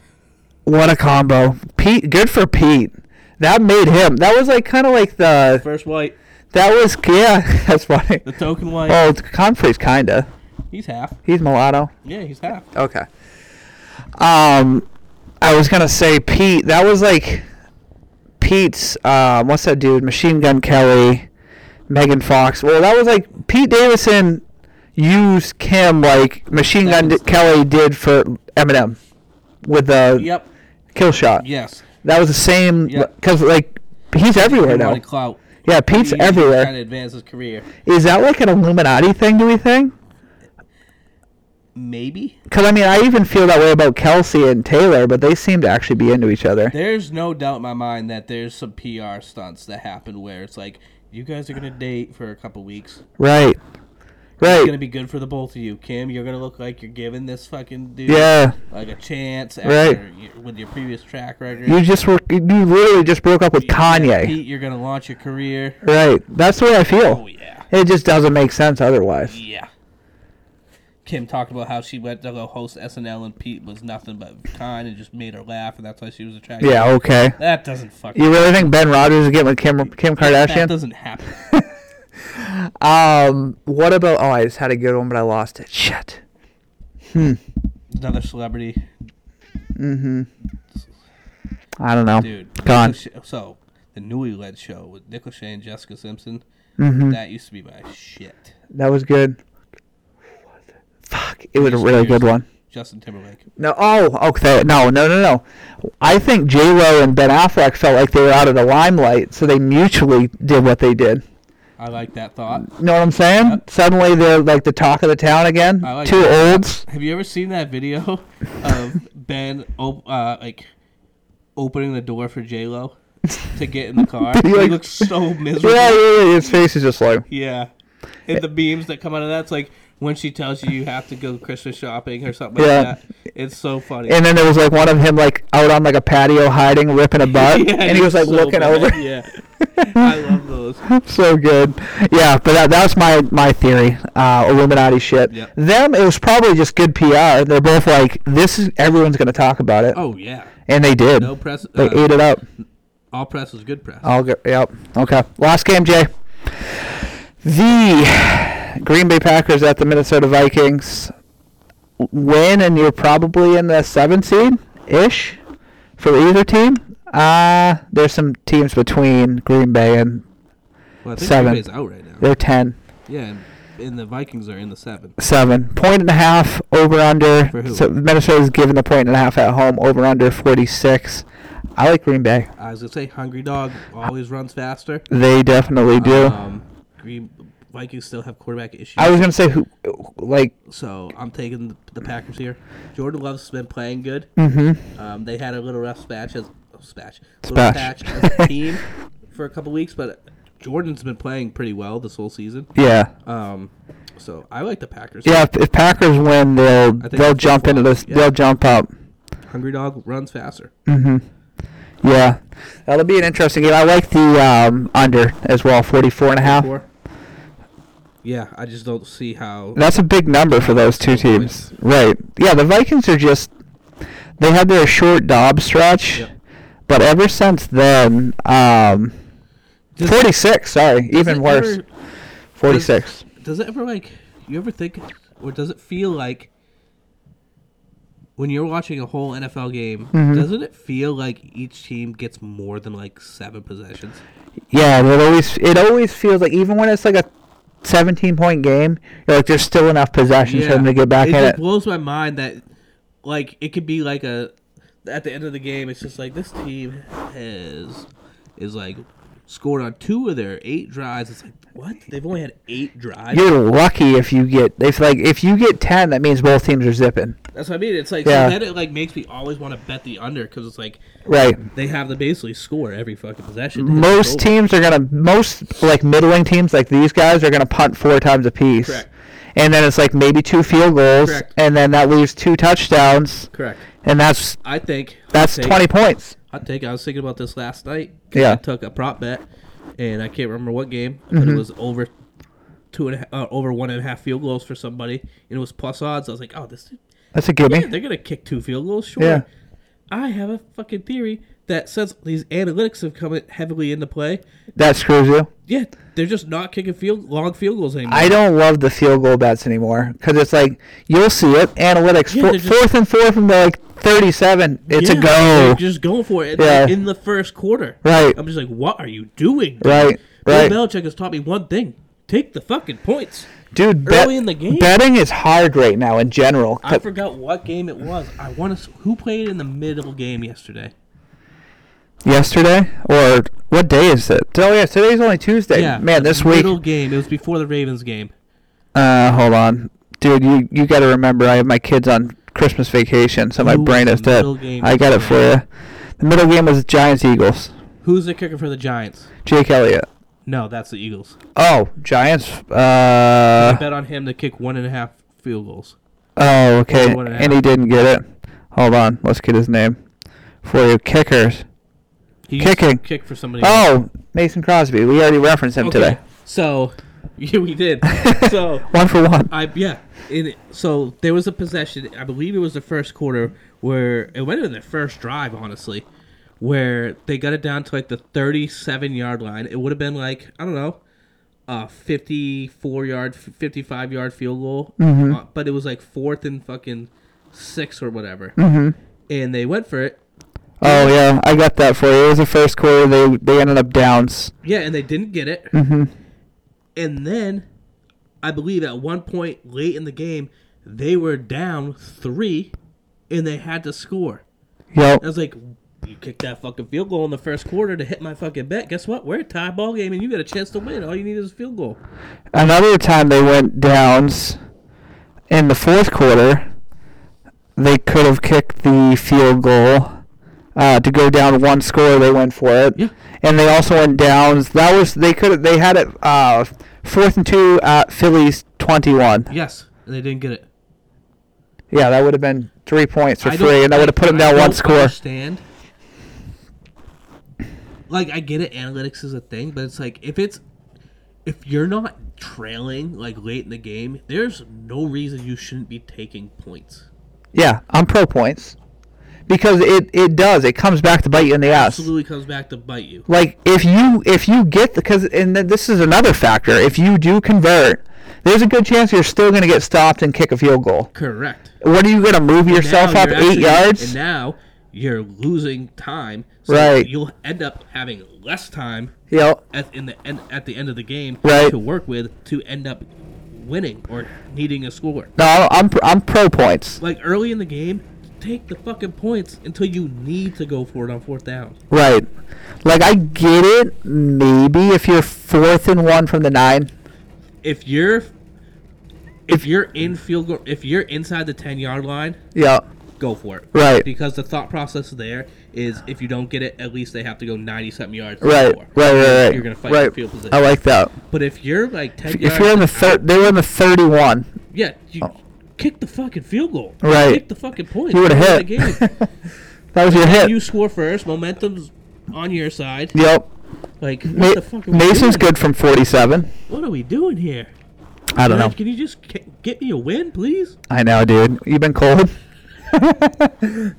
Speaker 1: What a combo. Pete. Good for Pete. That made him. That was like kind of like the.
Speaker 2: First white,
Speaker 1: That was yeah. That's funny.
Speaker 2: the token white.
Speaker 1: Oh, Comfrey's kinda.
Speaker 2: He's half.
Speaker 1: He's mulatto.
Speaker 2: Yeah, he's half.
Speaker 1: Okay. Um, I was gonna say Pete. That was like Pete's. Um, what's that dude? Machine Gun Kelly, Megan Fox. Well, that was like Pete Davidson used Kim like Machine Gun
Speaker 2: That was-
Speaker 1: Kelly did for Eminem with the
Speaker 2: Yep.
Speaker 1: kill shot.
Speaker 2: Yes.
Speaker 1: That was the same
Speaker 2: Yep.
Speaker 1: because like he's everywhere
Speaker 2: He
Speaker 1: now.
Speaker 2: wanted clout.
Speaker 1: Yeah, Pete's
Speaker 2: He
Speaker 1: everywhere.
Speaker 2: Trying to advance his career.
Speaker 1: Is that like an Illuminati thing? Do we think?
Speaker 2: Maybe.
Speaker 1: Because I mean, I even feel that way about Kelsey and Taylor, but they seem to actually be into each other.
Speaker 2: There's no doubt in my mind that there's some PR stunts that happen where it's like, you guys are going to date for a couple weeks.
Speaker 1: Right.
Speaker 2: It's going to
Speaker 1: Right.
Speaker 2: be good for the both of you. Kim, you're going to look like you're giving this fucking dude
Speaker 1: Yeah.
Speaker 2: like a chance
Speaker 1: Right.
Speaker 2: after y- with your previous track record.
Speaker 1: You just were. You literally just broke up with Kanye.
Speaker 2: Pete, you're gonna launch your career.
Speaker 1: Right. That's the way I
Speaker 2: Oh
Speaker 1: feel.
Speaker 2: yeah,
Speaker 1: It just doesn't make sense otherwise.
Speaker 2: yeah. Kim talked about how she went to go host SNL and Pete was nothing but kind and just made her laugh, and that's why she was attracted.
Speaker 1: Yeah. Okay.
Speaker 2: that doesn't fucking.
Speaker 1: You really think Ben Rogers is getting with Kim Kim
Speaker 2: That
Speaker 1: Kardashian?
Speaker 2: doesn't happen.
Speaker 1: Um. What about? Oh, I just had a good one, but I lost it. Shit.
Speaker 2: Another celebrity,
Speaker 1: I don't know.
Speaker 2: dude.
Speaker 1: Gone.
Speaker 2: Nick Lachey- So the newly led show with Nick Lachey and Jessica Simpson.
Speaker 1: Mm-hmm.
Speaker 2: That used to be my shit.
Speaker 1: That was good. Fuck. It was a
Speaker 2: Just
Speaker 1: really good
Speaker 2: seriously.
Speaker 1: one.
Speaker 2: Justin Timberlake.
Speaker 1: No, oh, okay, no, no, no, no. I think J Lo and Ben Affleck felt like they were out of the limelight, so they mutually did what they did.
Speaker 2: I like that thought.
Speaker 1: You know what I'm saying?
Speaker 2: Yep.
Speaker 1: Suddenly they're like the talk of the town again.
Speaker 2: I like
Speaker 1: Two
Speaker 2: that.
Speaker 1: olds.
Speaker 2: Have you ever seen that video of Ben op- uh, like opening the door for J Lo to get in the car? he
Speaker 1: like-
Speaker 2: looks so miserable.
Speaker 1: Yeah,
Speaker 2: Yeah.
Speaker 1: yeah, yeah. His face is just like.
Speaker 2: And the beams that come out of that's like when she tells you you have to go Christmas shopping or something
Speaker 1: Yeah.
Speaker 2: like that. It's so funny.
Speaker 1: And then there was like one of him like out on like a patio hiding, ripping a butt,
Speaker 2: Yeah,
Speaker 1: and he was like
Speaker 2: so
Speaker 1: looking
Speaker 2: bad.
Speaker 1: over.
Speaker 2: Yeah. I love those.
Speaker 1: so good. Yeah, but that, that's my my theory. Uh, Illuminati shit.
Speaker 2: Yep.
Speaker 1: Them, it was probably just good PR. They're both like, this is everyone's gonna talk about it,
Speaker 2: Oh yeah.
Speaker 1: and they did.
Speaker 2: No press
Speaker 1: They
Speaker 2: uh,
Speaker 1: ate it up.
Speaker 2: all press is good press.
Speaker 1: I'll go. Yep. Okay. Last game, Jay. The Green Bay Packers at the Minnesota Vikings win, and you're probably in the seventh seed ish for either team. Uh, there's some teams between Green Bay and
Speaker 2: Well, I think
Speaker 1: seven.
Speaker 2: Green Bay's out right now.
Speaker 1: they're 10,
Speaker 2: Yeah, and, and the Vikings are in the seven.
Speaker 1: 7. Point and a half over under.
Speaker 2: For who?
Speaker 1: So Minnesota's given the point and a half at home, over under 46. I like Green Bay.
Speaker 2: I was gonna say, hungry dog always runs faster.
Speaker 1: They definitely do.
Speaker 2: Um, Green Vikings still have quarterback issues,
Speaker 1: I was going to say, who, like,
Speaker 2: so I'm taking the, the Packers here. Jordan Love's been playing good.
Speaker 1: mm
Speaker 2: Um, they had a little rough spatch as oh, spatch, little
Speaker 1: Spash.
Speaker 2: patch as a team for a couple weeks, but Jordan's been playing pretty well this whole season.
Speaker 1: yeah.
Speaker 2: Um, So I like the Packers.
Speaker 1: Yeah, if, if Packers win, they'll
Speaker 2: think
Speaker 1: they'll
Speaker 2: it's
Speaker 1: jump into
Speaker 2: football,
Speaker 1: this.
Speaker 2: yeah.
Speaker 1: They'll jump up.
Speaker 2: Hungry Dog runs faster.
Speaker 1: hmm Yeah, that'll be an interesting game. I like the um, under as well, 44 and a half.
Speaker 2: Four. Yeah, I just don't see how.
Speaker 1: That's a big number for those two
Speaker 2: Points.
Speaker 1: teams. Right. Yeah, the Vikings are just they had their short Dobbs stretch,
Speaker 2: Yep.
Speaker 1: but ever since then, um,
Speaker 2: Does-
Speaker 1: 46. Sorry,
Speaker 2: does
Speaker 1: even
Speaker 2: it
Speaker 1: worse,
Speaker 2: ever-
Speaker 1: 46.
Speaker 2: Does, does it ever like you ever think or does it feel like when you're watching a whole NFL game,
Speaker 1: Mm-hmm.
Speaker 2: doesn't it feel like each team gets more than like seven possessions?
Speaker 1: Yeah, it always it always feels like even when it's like a 17 point game, you're like there's still enough possessions for them to get back
Speaker 2: it
Speaker 1: at
Speaker 2: just
Speaker 1: it.
Speaker 2: blows my mind that like it could be like a at the end of the game it's just like this team has is like scored on two of their eight drives. It's like what? They've only had eight drives.
Speaker 1: You're lucky if you get if like if you get 10, that means both teams are zipping.
Speaker 2: That's what I mean. It's like
Speaker 1: Yeah.
Speaker 2: so then it like makes me always want to bet the under because it's like
Speaker 1: Right.
Speaker 2: They have to basically score every fucking possession. It's over.
Speaker 1: Most teams are gonna most like middling teams like these guys are gonna punt four times apiece.
Speaker 2: Correct.
Speaker 1: And then it's like maybe two field goals,
Speaker 2: Correct.
Speaker 1: and then that leaves two touchdowns,
Speaker 2: Correct.
Speaker 1: and that's
Speaker 2: I think
Speaker 1: that's
Speaker 2: I think,
Speaker 1: 20 points.
Speaker 2: I think I was thinking about this last night.
Speaker 1: Yeah. Mm-hmm.
Speaker 2: I took a prop bet, and I can't remember what game, but it was over two and a half, uh, over one and a half field goals for somebody, and it was plus odds. I was like, oh, this
Speaker 1: That's a gimme.
Speaker 2: yeah, they're gonna kick two field goals. Sure.
Speaker 1: Yeah.
Speaker 2: I have a fucking theory that since these analytics have come heavily into play,
Speaker 1: That screws you.
Speaker 2: yeah, they're just not kicking field long field goals anymore.
Speaker 1: I don't love the field goal bets anymore because it's like you'll see it analytics
Speaker 2: Yeah,
Speaker 1: four,
Speaker 2: they're just-
Speaker 1: fourth and four from the like 37. It's
Speaker 2: Yeah,
Speaker 1: a go.
Speaker 2: they're Just going for it.
Speaker 1: Yeah.
Speaker 2: in the first quarter.
Speaker 1: Right.
Speaker 2: I'm just like, what are you doing? dude?"
Speaker 1: Right,
Speaker 2: Bill
Speaker 1: right.
Speaker 2: Belichick has taught me one thing: take the fucking points.
Speaker 1: Dude, bet,
Speaker 2: early in the game.
Speaker 1: betting is hard right now in general.
Speaker 2: I forgot what game it was. I want to. Who played in the middle game yesterday?
Speaker 1: Yesterday or what day is it? Oh yeah, today's only Tuesday. man,
Speaker 2: the
Speaker 1: this week.
Speaker 2: middle game. It was before the Ravens game.
Speaker 1: Uh, hold on, dude. You you got to remember, I have my kids on Christmas vacation, so my
Speaker 2: Who
Speaker 1: brain
Speaker 2: was
Speaker 1: is
Speaker 2: the
Speaker 1: dead.
Speaker 2: middle game
Speaker 1: I got it for you. The middle game was Giants Eagles.
Speaker 2: Who's the kicker for the Giants?
Speaker 1: Jake Elliott.
Speaker 2: No, that's the Eagles.
Speaker 1: Oh, Giants.
Speaker 2: I
Speaker 1: Uh,
Speaker 2: bet on him to kick one and a half field goals.
Speaker 1: Oh, okay.
Speaker 2: one and a
Speaker 1: And he didn't get it. Hold on. Let's get his name for you. Kickers.
Speaker 2: He used to
Speaker 1: Kicking.
Speaker 2: kick for somebody. else.
Speaker 1: Oh, Mason Crosby. We already referenced him
Speaker 2: Okay,
Speaker 1: today.
Speaker 2: So, yeah, we did. So
Speaker 1: One for one.
Speaker 2: I yeah. In so there was a possession. I believe it was the first quarter where it went in their first drive. Honestly, where they got it down to like the thirty-seven yard line. It would have been like I don't know, a fifty-four yard, fifty-five yard field goal. Uh, but it was like fourth and fucking six or whatever. Mm-hmm. And they went for it.
Speaker 1: Oh yeah, I got that for you. It was the first quarter. They they ended up downs.
Speaker 2: Yeah, and they didn't get it. And then, I believe at one point late in the game, they were down three, and they had to score.
Speaker 1: Yep.
Speaker 2: I was like, "You kicked that fucking field goal in the first quarter to hit my fucking bet. Guess what? We're a tie ball game, and you got a chance to win. All you need is a field goal."
Speaker 1: Another time they went downs in the fourth quarter. They could have kicked the field goal uh, to go down one score. They went for it,
Speaker 2: Yeah.
Speaker 1: and they also went downs. That was they could they had it uh, fourth and two at Phillies twenty-one.
Speaker 2: Yes, and they didn't get it.
Speaker 1: Yeah, that would have been three points for
Speaker 2: I don't-
Speaker 1: free, and that would have put them
Speaker 2: I
Speaker 1: down one
Speaker 2: don't
Speaker 1: score.
Speaker 2: Understand? Like I get it, analytics is a thing, but it's like if it's if you're not trailing like late in the game, there's no reason you shouldn't be taking points.
Speaker 1: Yeah, I'm pro points because it it does it comes back to bite you in the ass.
Speaker 2: Absolutely comes back to bite you.
Speaker 1: like if you if you get the because and th- this is another factor if you do convert there's a good chance you're still going to get stopped and kick a field goal
Speaker 2: Correct.
Speaker 1: what are you going to move yourself
Speaker 2: Now
Speaker 1: up
Speaker 2: you're
Speaker 1: eight
Speaker 2: actually-
Speaker 1: yards
Speaker 2: And now you're losing time. So
Speaker 1: Right.
Speaker 2: You'll end up having less time
Speaker 1: yep
Speaker 2: at in the end at the end of the game
Speaker 1: Right.
Speaker 2: to work with to end up winning or needing a score.
Speaker 1: no I- i'm pr- i'm pro points
Speaker 2: like early in the game, take the fucking points until you need to go for it on fourth down.
Speaker 1: right like i get it maybe if you're fourth and one from the nine
Speaker 2: If you're if you're in field goal, if you're inside the ten yard line,
Speaker 1: yeah
Speaker 2: go for it.
Speaker 1: Right.
Speaker 2: Because the thought process there is if you don't get it, at least they have to go 90 something yards. to
Speaker 1: Right,
Speaker 2: score.
Speaker 1: right, right, right.
Speaker 2: You're going to fight
Speaker 1: right.
Speaker 2: for field position.
Speaker 1: I like that.
Speaker 2: but if you're like 10 yards.
Speaker 1: If you're in the thir-
Speaker 2: out,
Speaker 1: they were in the 31.
Speaker 2: Yeah, you kick the fucking field goal.
Speaker 1: Right.
Speaker 2: Kick the fucking point.
Speaker 1: You would
Speaker 2: Win
Speaker 1: have
Speaker 2: the
Speaker 1: hit.
Speaker 2: game.
Speaker 1: that was your hit.
Speaker 2: you score first. Momentum's on your side.
Speaker 1: yep.
Speaker 2: Like, what
Speaker 1: Ma-
Speaker 2: the fuck are we
Speaker 1: Mason's
Speaker 2: doing?
Speaker 1: good from 47.
Speaker 2: What are we doing here?
Speaker 1: I don't know.
Speaker 2: Can you just ca- get me a win, please?
Speaker 1: I know, dude. You've been cold. I mean,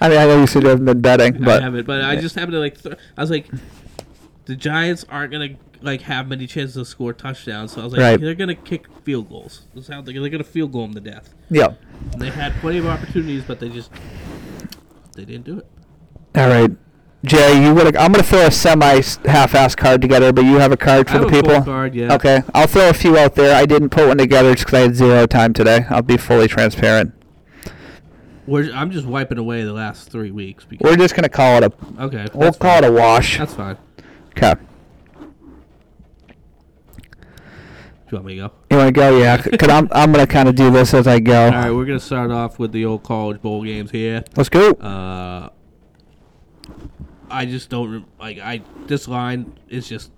Speaker 1: I know you said you haven't been betting,
Speaker 2: I
Speaker 1: but
Speaker 2: haven't, but I just happened to like. Th- I was like, the Giants aren't gonna like have many chances to score touchdowns, so I was like,
Speaker 1: Right.
Speaker 2: they're gonna kick field goals. That's how they're, they're gonna field goal them to death.
Speaker 1: yeah.
Speaker 2: And they had plenty of opportunities, but they just they didn't do it.
Speaker 1: All right, Jay, you would. I'm gonna throw a semi s- half-ass card together, but you have a card for
Speaker 2: I have
Speaker 1: the
Speaker 2: a full
Speaker 1: people.
Speaker 2: card, yeah.
Speaker 1: Okay, I'll throw a few out there. I didn't put one together just because I had zero time today. I'll be fully transparent.
Speaker 2: We're, I'm just wiping away the last three weeks. Because,
Speaker 1: We're just gonna call it a.
Speaker 2: okay,
Speaker 1: We'll
Speaker 2: that's
Speaker 1: call
Speaker 2: fine.
Speaker 1: it a wash.
Speaker 2: That's fine. Do
Speaker 1: Okay.
Speaker 2: you want me to go?
Speaker 1: You want to go? Yeah, because I'm I'm gonna kind of do this as I go.
Speaker 2: All right, we're gonna start off with the old college bowl games here.
Speaker 1: Let's go.
Speaker 2: Uh, I just don't rem- like I this line is just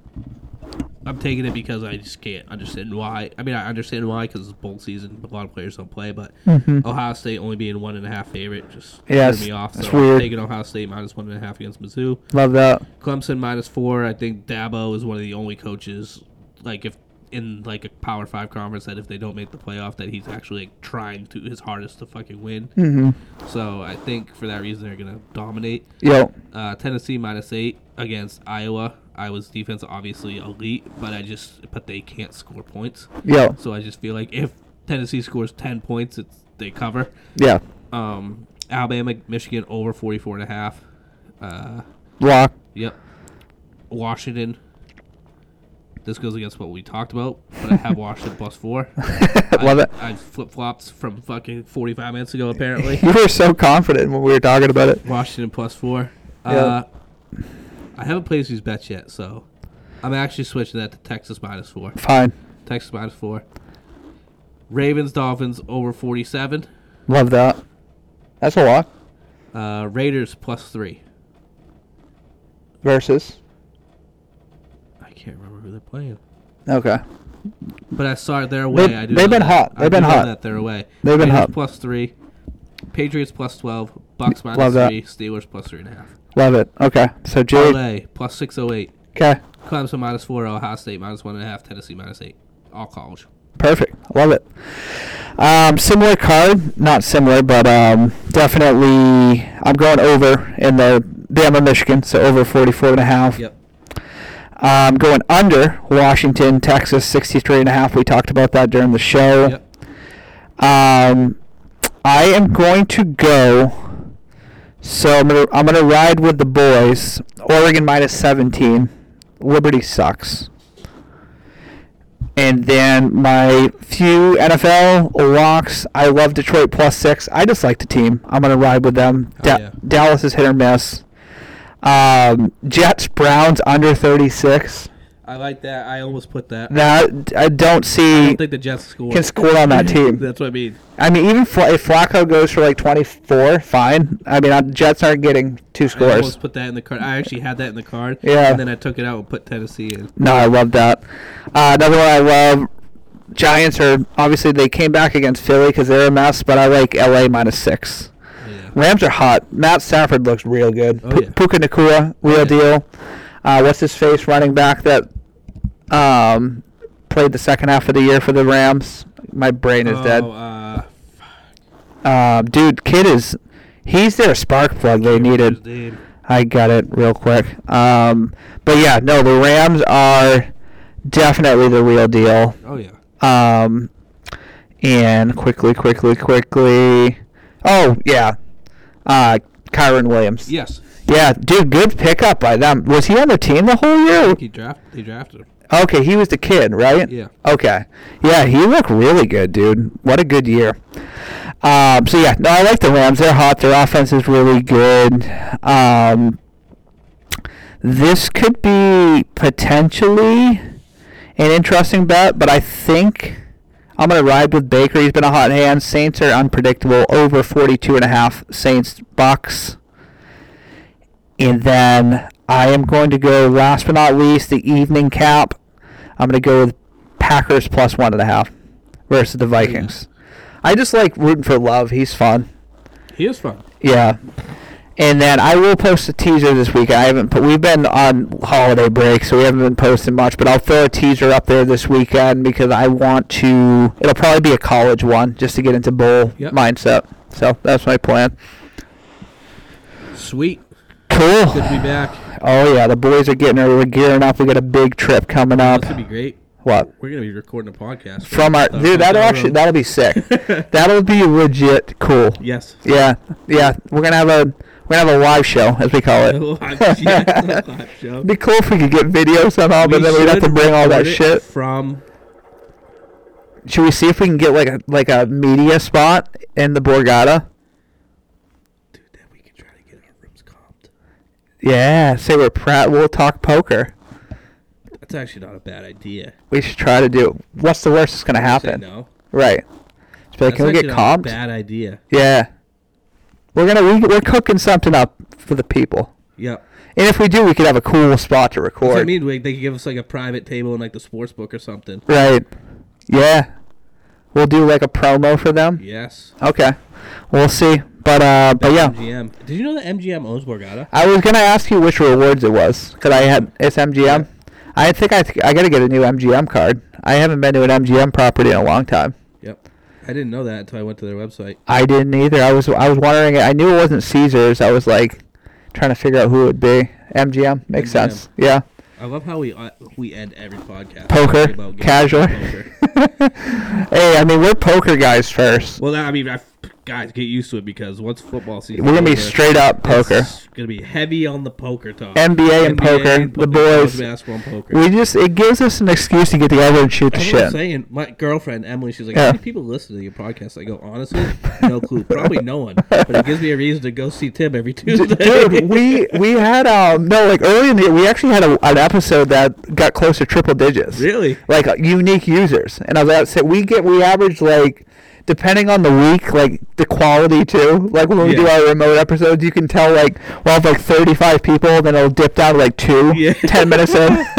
Speaker 2: I'm taking it because I just can't understand why. I mean, I understand why because it's bowl season. A lot of players don't play, but Ohio State only being one and a half favorite just
Speaker 1: Mm-hmm. Yeah,
Speaker 2: threw
Speaker 1: it's-
Speaker 2: me off. So
Speaker 1: it's weird.
Speaker 2: I'm taking Ohio State minus one and a half against Mizzou.
Speaker 1: Love that.
Speaker 2: Clemson minus four. I think Dabo is one of the only coaches, like if in like a Power Five conference, that if they don't make the playoff, that he's actually like, trying to his hardest to fucking win.
Speaker 1: Hmm.
Speaker 2: Mm-hmm. So I think for that reason they're gonna dominate.
Speaker 1: Yo,
Speaker 2: Uh, Tennessee minus eight against Iowa. Iowa's defense obviously elite, but I just but they can't score points.
Speaker 1: yo,
Speaker 2: So I just feel like if Tennessee scores ten points, it's they cover
Speaker 1: yeah.
Speaker 2: um, Alabama, Michigan over 44 and a half. Uh,
Speaker 1: Lock.
Speaker 2: yep. Washington. This goes against what we talked about, but I have Washington plus four.
Speaker 1: Love
Speaker 2: I,
Speaker 1: it.
Speaker 2: I flip flopped from fucking 45 minutes ago, apparently.
Speaker 1: You were so confident when we were talking about it.
Speaker 2: Washington plus four.
Speaker 1: Yeah.
Speaker 2: Uh, I haven't placed these bets yet, so I'm actually switching that to Texas minus four.
Speaker 1: Fine.
Speaker 2: Texas minus four. Ravens, Dolphins over 47.
Speaker 1: Love that. That's a lock.
Speaker 2: Uh, Raiders plus three.
Speaker 1: Versus.
Speaker 2: I can't remember who they're playing.
Speaker 1: Okay.
Speaker 2: But I saw it their way. I do
Speaker 1: they've
Speaker 2: know
Speaker 1: been
Speaker 2: that.
Speaker 1: hot.
Speaker 2: I
Speaker 1: They've
Speaker 2: do
Speaker 1: been
Speaker 2: know
Speaker 1: hot.
Speaker 2: That they're away.
Speaker 1: They've been
Speaker 2: Raiders
Speaker 1: hot.
Speaker 2: Plus three, Patriots plus twelve, Bucks minus
Speaker 1: Love that.
Speaker 2: three, Steelers plus three and a half.
Speaker 1: Love it. Okay. So Jay.
Speaker 2: LA plus six oh eight,
Speaker 1: Okay.
Speaker 2: Clemson minus four, Ohio State minus one and a half, Tennessee minus eight. All college.
Speaker 1: Perfect. Love it. Um, similar card, not similar, but um, definitely I'm going over in the Bama, Michigan, so over 44 and a half.
Speaker 2: Yep.
Speaker 1: Um, going under Washington, Texas, 63 and a half. We talked about that during the show.
Speaker 2: Yep.
Speaker 1: Um, I am going to go. So I'm gonna I'm gonna ride with the boys. Oregon minus 17. Liberty sucks. And then my few NFL locks. I love Detroit plus six. I just like the team. I'm gonna ride with them.
Speaker 2: Oh,
Speaker 1: Da-
Speaker 2: yeah.
Speaker 1: Dallas is hit or miss. Um, Jets Browns under 36.
Speaker 2: I like that. I almost put that.
Speaker 1: That I don't
Speaker 2: I
Speaker 1: see
Speaker 2: don't think the Jets score.
Speaker 1: can score on that team.
Speaker 2: That's what I mean.
Speaker 1: I mean, even Fla- if Flacco goes for like 24, fine. I mean, uh, Jets aren't getting two
Speaker 2: I
Speaker 1: scores.
Speaker 2: almost put that in the card. I actually had that in the card.
Speaker 1: Yeah.
Speaker 2: And then I took it out and put Tennessee in.
Speaker 1: No, I love that. Uh, another one I love. Giants are obviously they came back against Philly because they're a mess, but I like LA minus six.
Speaker 2: Yeah.
Speaker 1: Rams are hot. Matt Stafford looks real good.
Speaker 2: Oh,
Speaker 1: Pu-
Speaker 2: yeah. Oh,
Speaker 1: Puka Nakua, real
Speaker 2: yeah.
Speaker 1: deal. Uh, what's his face running back that um, played the second half of the year for the Rams? My brain is
Speaker 2: oh,
Speaker 1: dead.
Speaker 2: Uh, Oh.
Speaker 1: Uh, dude, kid is he's their spark plug they needed.
Speaker 2: who's name?
Speaker 1: I got it real quick. Um, but yeah, no, the Rams are definitely the real deal.
Speaker 2: Oh yeah.
Speaker 1: Um, and quickly, quickly, quickly. Oh yeah, uh, Kyron Williams.
Speaker 2: Yes.
Speaker 1: Yeah, dude, good pickup by them. Was he on the team the whole year?
Speaker 2: He drafted. They drafted him.
Speaker 1: Okay, he was the kid, right?
Speaker 2: Yeah.
Speaker 1: Okay. Yeah, he looked really good, dude. What a good year. Um, so yeah, no, I like the Rams. They're hot. Their offense is really good. Um, this could be potentially an interesting bet, but I think I'm gonna ride with Baker. He's been a hot hand. Saints are unpredictable. Over 42 and a half Saints Bucks. And then I am going to go last but not least the evening cap. I'm gonna go with Packers plus one and a half versus the Vikings. I just like rooting for Love. He's fun.
Speaker 2: He is fun.
Speaker 1: Yeah. And then I will post a teaser this week. I haven't put, we've been on holiday break, so we haven't been posting much, but I'll throw a teaser up there this weekend because I want to it'll probably be a college one just to get into bowl
Speaker 2: Yep.
Speaker 1: mindset. So that's my plan.
Speaker 2: Sweet.
Speaker 1: Cool.
Speaker 2: Good to be back.
Speaker 1: Oh yeah, the boys are getting ready. We're gearing up. We got a big trip coming up.
Speaker 2: This would be great.
Speaker 1: What?
Speaker 2: We're gonna be recording a podcast
Speaker 1: From our
Speaker 2: Uh,
Speaker 1: dude, that'll
Speaker 2: down the
Speaker 1: actually
Speaker 2: road.
Speaker 1: that'll be sick. that'll be legit cool.
Speaker 2: yes.
Speaker 1: Yeah, yeah. We're gonna have a we're gonna have a live show as we call it.
Speaker 2: Live- yeah, live show.
Speaker 1: It'd be cool if we could get video somehow, but
Speaker 2: We
Speaker 1: then we'd have
Speaker 2: should
Speaker 1: to bring all that
Speaker 2: record it
Speaker 1: shit.
Speaker 2: from.
Speaker 1: Should we see if we can get like a like a media spot in the Borgata?
Speaker 2: Dude, then we can try to get our rooms comped.
Speaker 1: Yeah, say we're Pratt. We'll talk poker.
Speaker 2: That's actually not a bad idea.
Speaker 1: We should try to do. What's the worst that's gonna
Speaker 2: Say
Speaker 1: happen?
Speaker 2: no.
Speaker 1: Right. Just be like,
Speaker 2: That's
Speaker 1: can we get
Speaker 2: actually not a
Speaker 1: comped?
Speaker 2: Bad idea.
Speaker 1: Yeah. We're gonna we, we're cooking something up for the people,
Speaker 2: Yep.
Speaker 1: and if we do, we could have a cool spot to
Speaker 2: Or,
Speaker 1: record.
Speaker 2: I mean, we, they could give us like a private table in like the sports book or something.
Speaker 1: Right. Yeah. We'll do like a promo for them.
Speaker 2: Yes.
Speaker 1: Okay. We'll see. But uh, but yeah.
Speaker 2: MGM. Did you know that MGM owns Borgata?
Speaker 1: I was gonna ask you which rewards it was, 'cause I had it's MGM. I think I th- I gotta get a new MGM card. I haven't been to an MGM property in a long time.
Speaker 2: Yep. I didn't know that until I went to their website.
Speaker 1: I didn't either. I was I was wondering. I knew it wasn't Caesars. I was like trying to figure out who it would be. MGM makes
Speaker 2: MGM.
Speaker 1: sense. Yeah.
Speaker 2: I love how we uh, we end every podcast.
Speaker 1: Poker.
Speaker 2: talking about games.
Speaker 1: Casual.
Speaker 2: Poker.
Speaker 1: Hey, I mean we're poker guys first.
Speaker 2: Well, that, I mean, I, guys, get used to it because once football season,
Speaker 1: We're gonna be
Speaker 2: over,
Speaker 1: straight up poker.
Speaker 2: It's gonna be heavy on the poker talk.
Speaker 1: NBA and poker, the
Speaker 2: college
Speaker 1: boys.
Speaker 2: Basketball and poker.
Speaker 1: We just it gives us an excuse to get together and shoot the
Speaker 2: That's what I'm
Speaker 1: shit.
Speaker 2: saying. My girlfriend Emily, she's like,
Speaker 1: Yeah.
Speaker 2: "How many people listen to your podcast?" I go, "Honestly, no clue. Probably no one." But it gives me a reason to go see Tim every Tuesday.
Speaker 1: Dude, we we had um no like early in the year we actually had a, an episode that got close to triple digits.
Speaker 2: Really?
Speaker 1: Like uh, unique users, and I was about to say we get we average like depending on the week like the quality too. Like when we do
Speaker 2: Yeah.
Speaker 1: our remote episodes, you can tell like we'll have like thirty five people, then it'll dip down to like two
Speaker 2: Yeah.
Speaker 1: ten minutes in.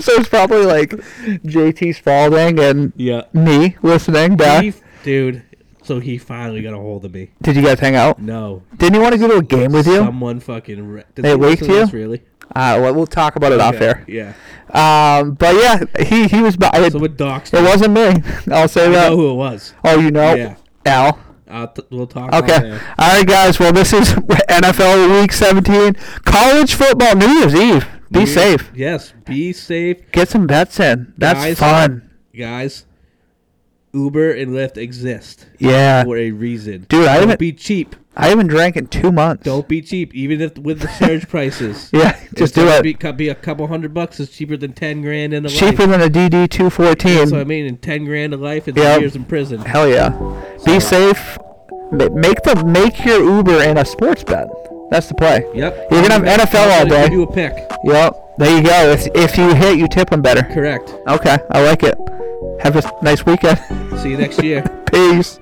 Speaker 1: so it's probably like JT Spalding and
Speaker 2: yeah,
Speaker 1: me listening back.
Speaker 2: He- dude. So he finally got a hold of me.
Speaker 1: Did you guys hang out?
Speaker 2: No,
Speaker 1: Didn't you want to go to a game with you?
Speaker 2: someone fucking re- did
Speaker 1: They
Speaker 2: listen
Speaker 1: waked
Speaker 2: to this,
Speaker 1: you?
Speaker 2: really.
Speaker 1: Uh, well, we'll talk about it off
Speaker 2: Okay,
Speaker 1: air.
Speaker 2: Yeah.
Speaker 1: Um, but yeah, he he was. By, it,
Speaker 2: So with docs,
Speaker 1: it wasn't me. I'll say
Speaker 2: I
Speaker 1: that.
Speaker 2: know who it was.
Speaker 1: Oh, you know,
Speaker 2: Yeah. Oh,
Speaker 1: Al.
Speaker 2: I'll t- we'll talk.
Speaker 1: Okay.
Speaker 2: on there.
Speaker 1: All right, guys. Well, this is NFL Week 17, college football, New Year's Eve. Be
Speaker 2: You-
Speaker 1: safe.
Speaker 2: Yes. Be safe,
Speaker 1: Get some bets in. That's
Speaker 2: Guys-
Speaker 1: fun.
Speaker 2: guys. Uber and Lyft exist
Speaker 1: Yeah,
Speaker 2: for a reason.
Speaker 1: dude. I
Speaker 2: Don't
Speaker 1: haven't
Speaker 2: be cheap.
Speaker 1: I haven't drank in two months.
Speaker 2: Don't be cheap, even if with the surge prices.
Speaker 1: Yeah, just
Speaker 2: It's
Speaker 1: do
Speaker 2: gonna
Speaker 1: it.
Speaker 2: Be, co- be a couple hundred bucks is cheaper than ten grand in a
Speaker 1: Cheaper
Speaker 2: life.
Speaker 1: than a DD two
Speaker 2: That's what I
Speaker 1: fourteen.
Speaker 2: mean. And ten grand a life and
Speaker 1: Yep.
Speaker 2: three years in prison.
Speaker 1: Hell yeah. Be safe. Ma- Make the make your Uber and a sports bet. That's the play.
Speaker 2: Yep.
Speaker 1: You're gonna have NFL all
Speaker 2: I'm gonna
Speaker 1: day.
Speaker 2: Give you a pick.
Speaker 1: Yep. There you go. If, if you hit, you tip them better.
Speaker 2: Correct.
Speaker 1: Okay. I like it. Have a nice weekend.
Speaker 2: See you next year.
Speaker 1: Peace.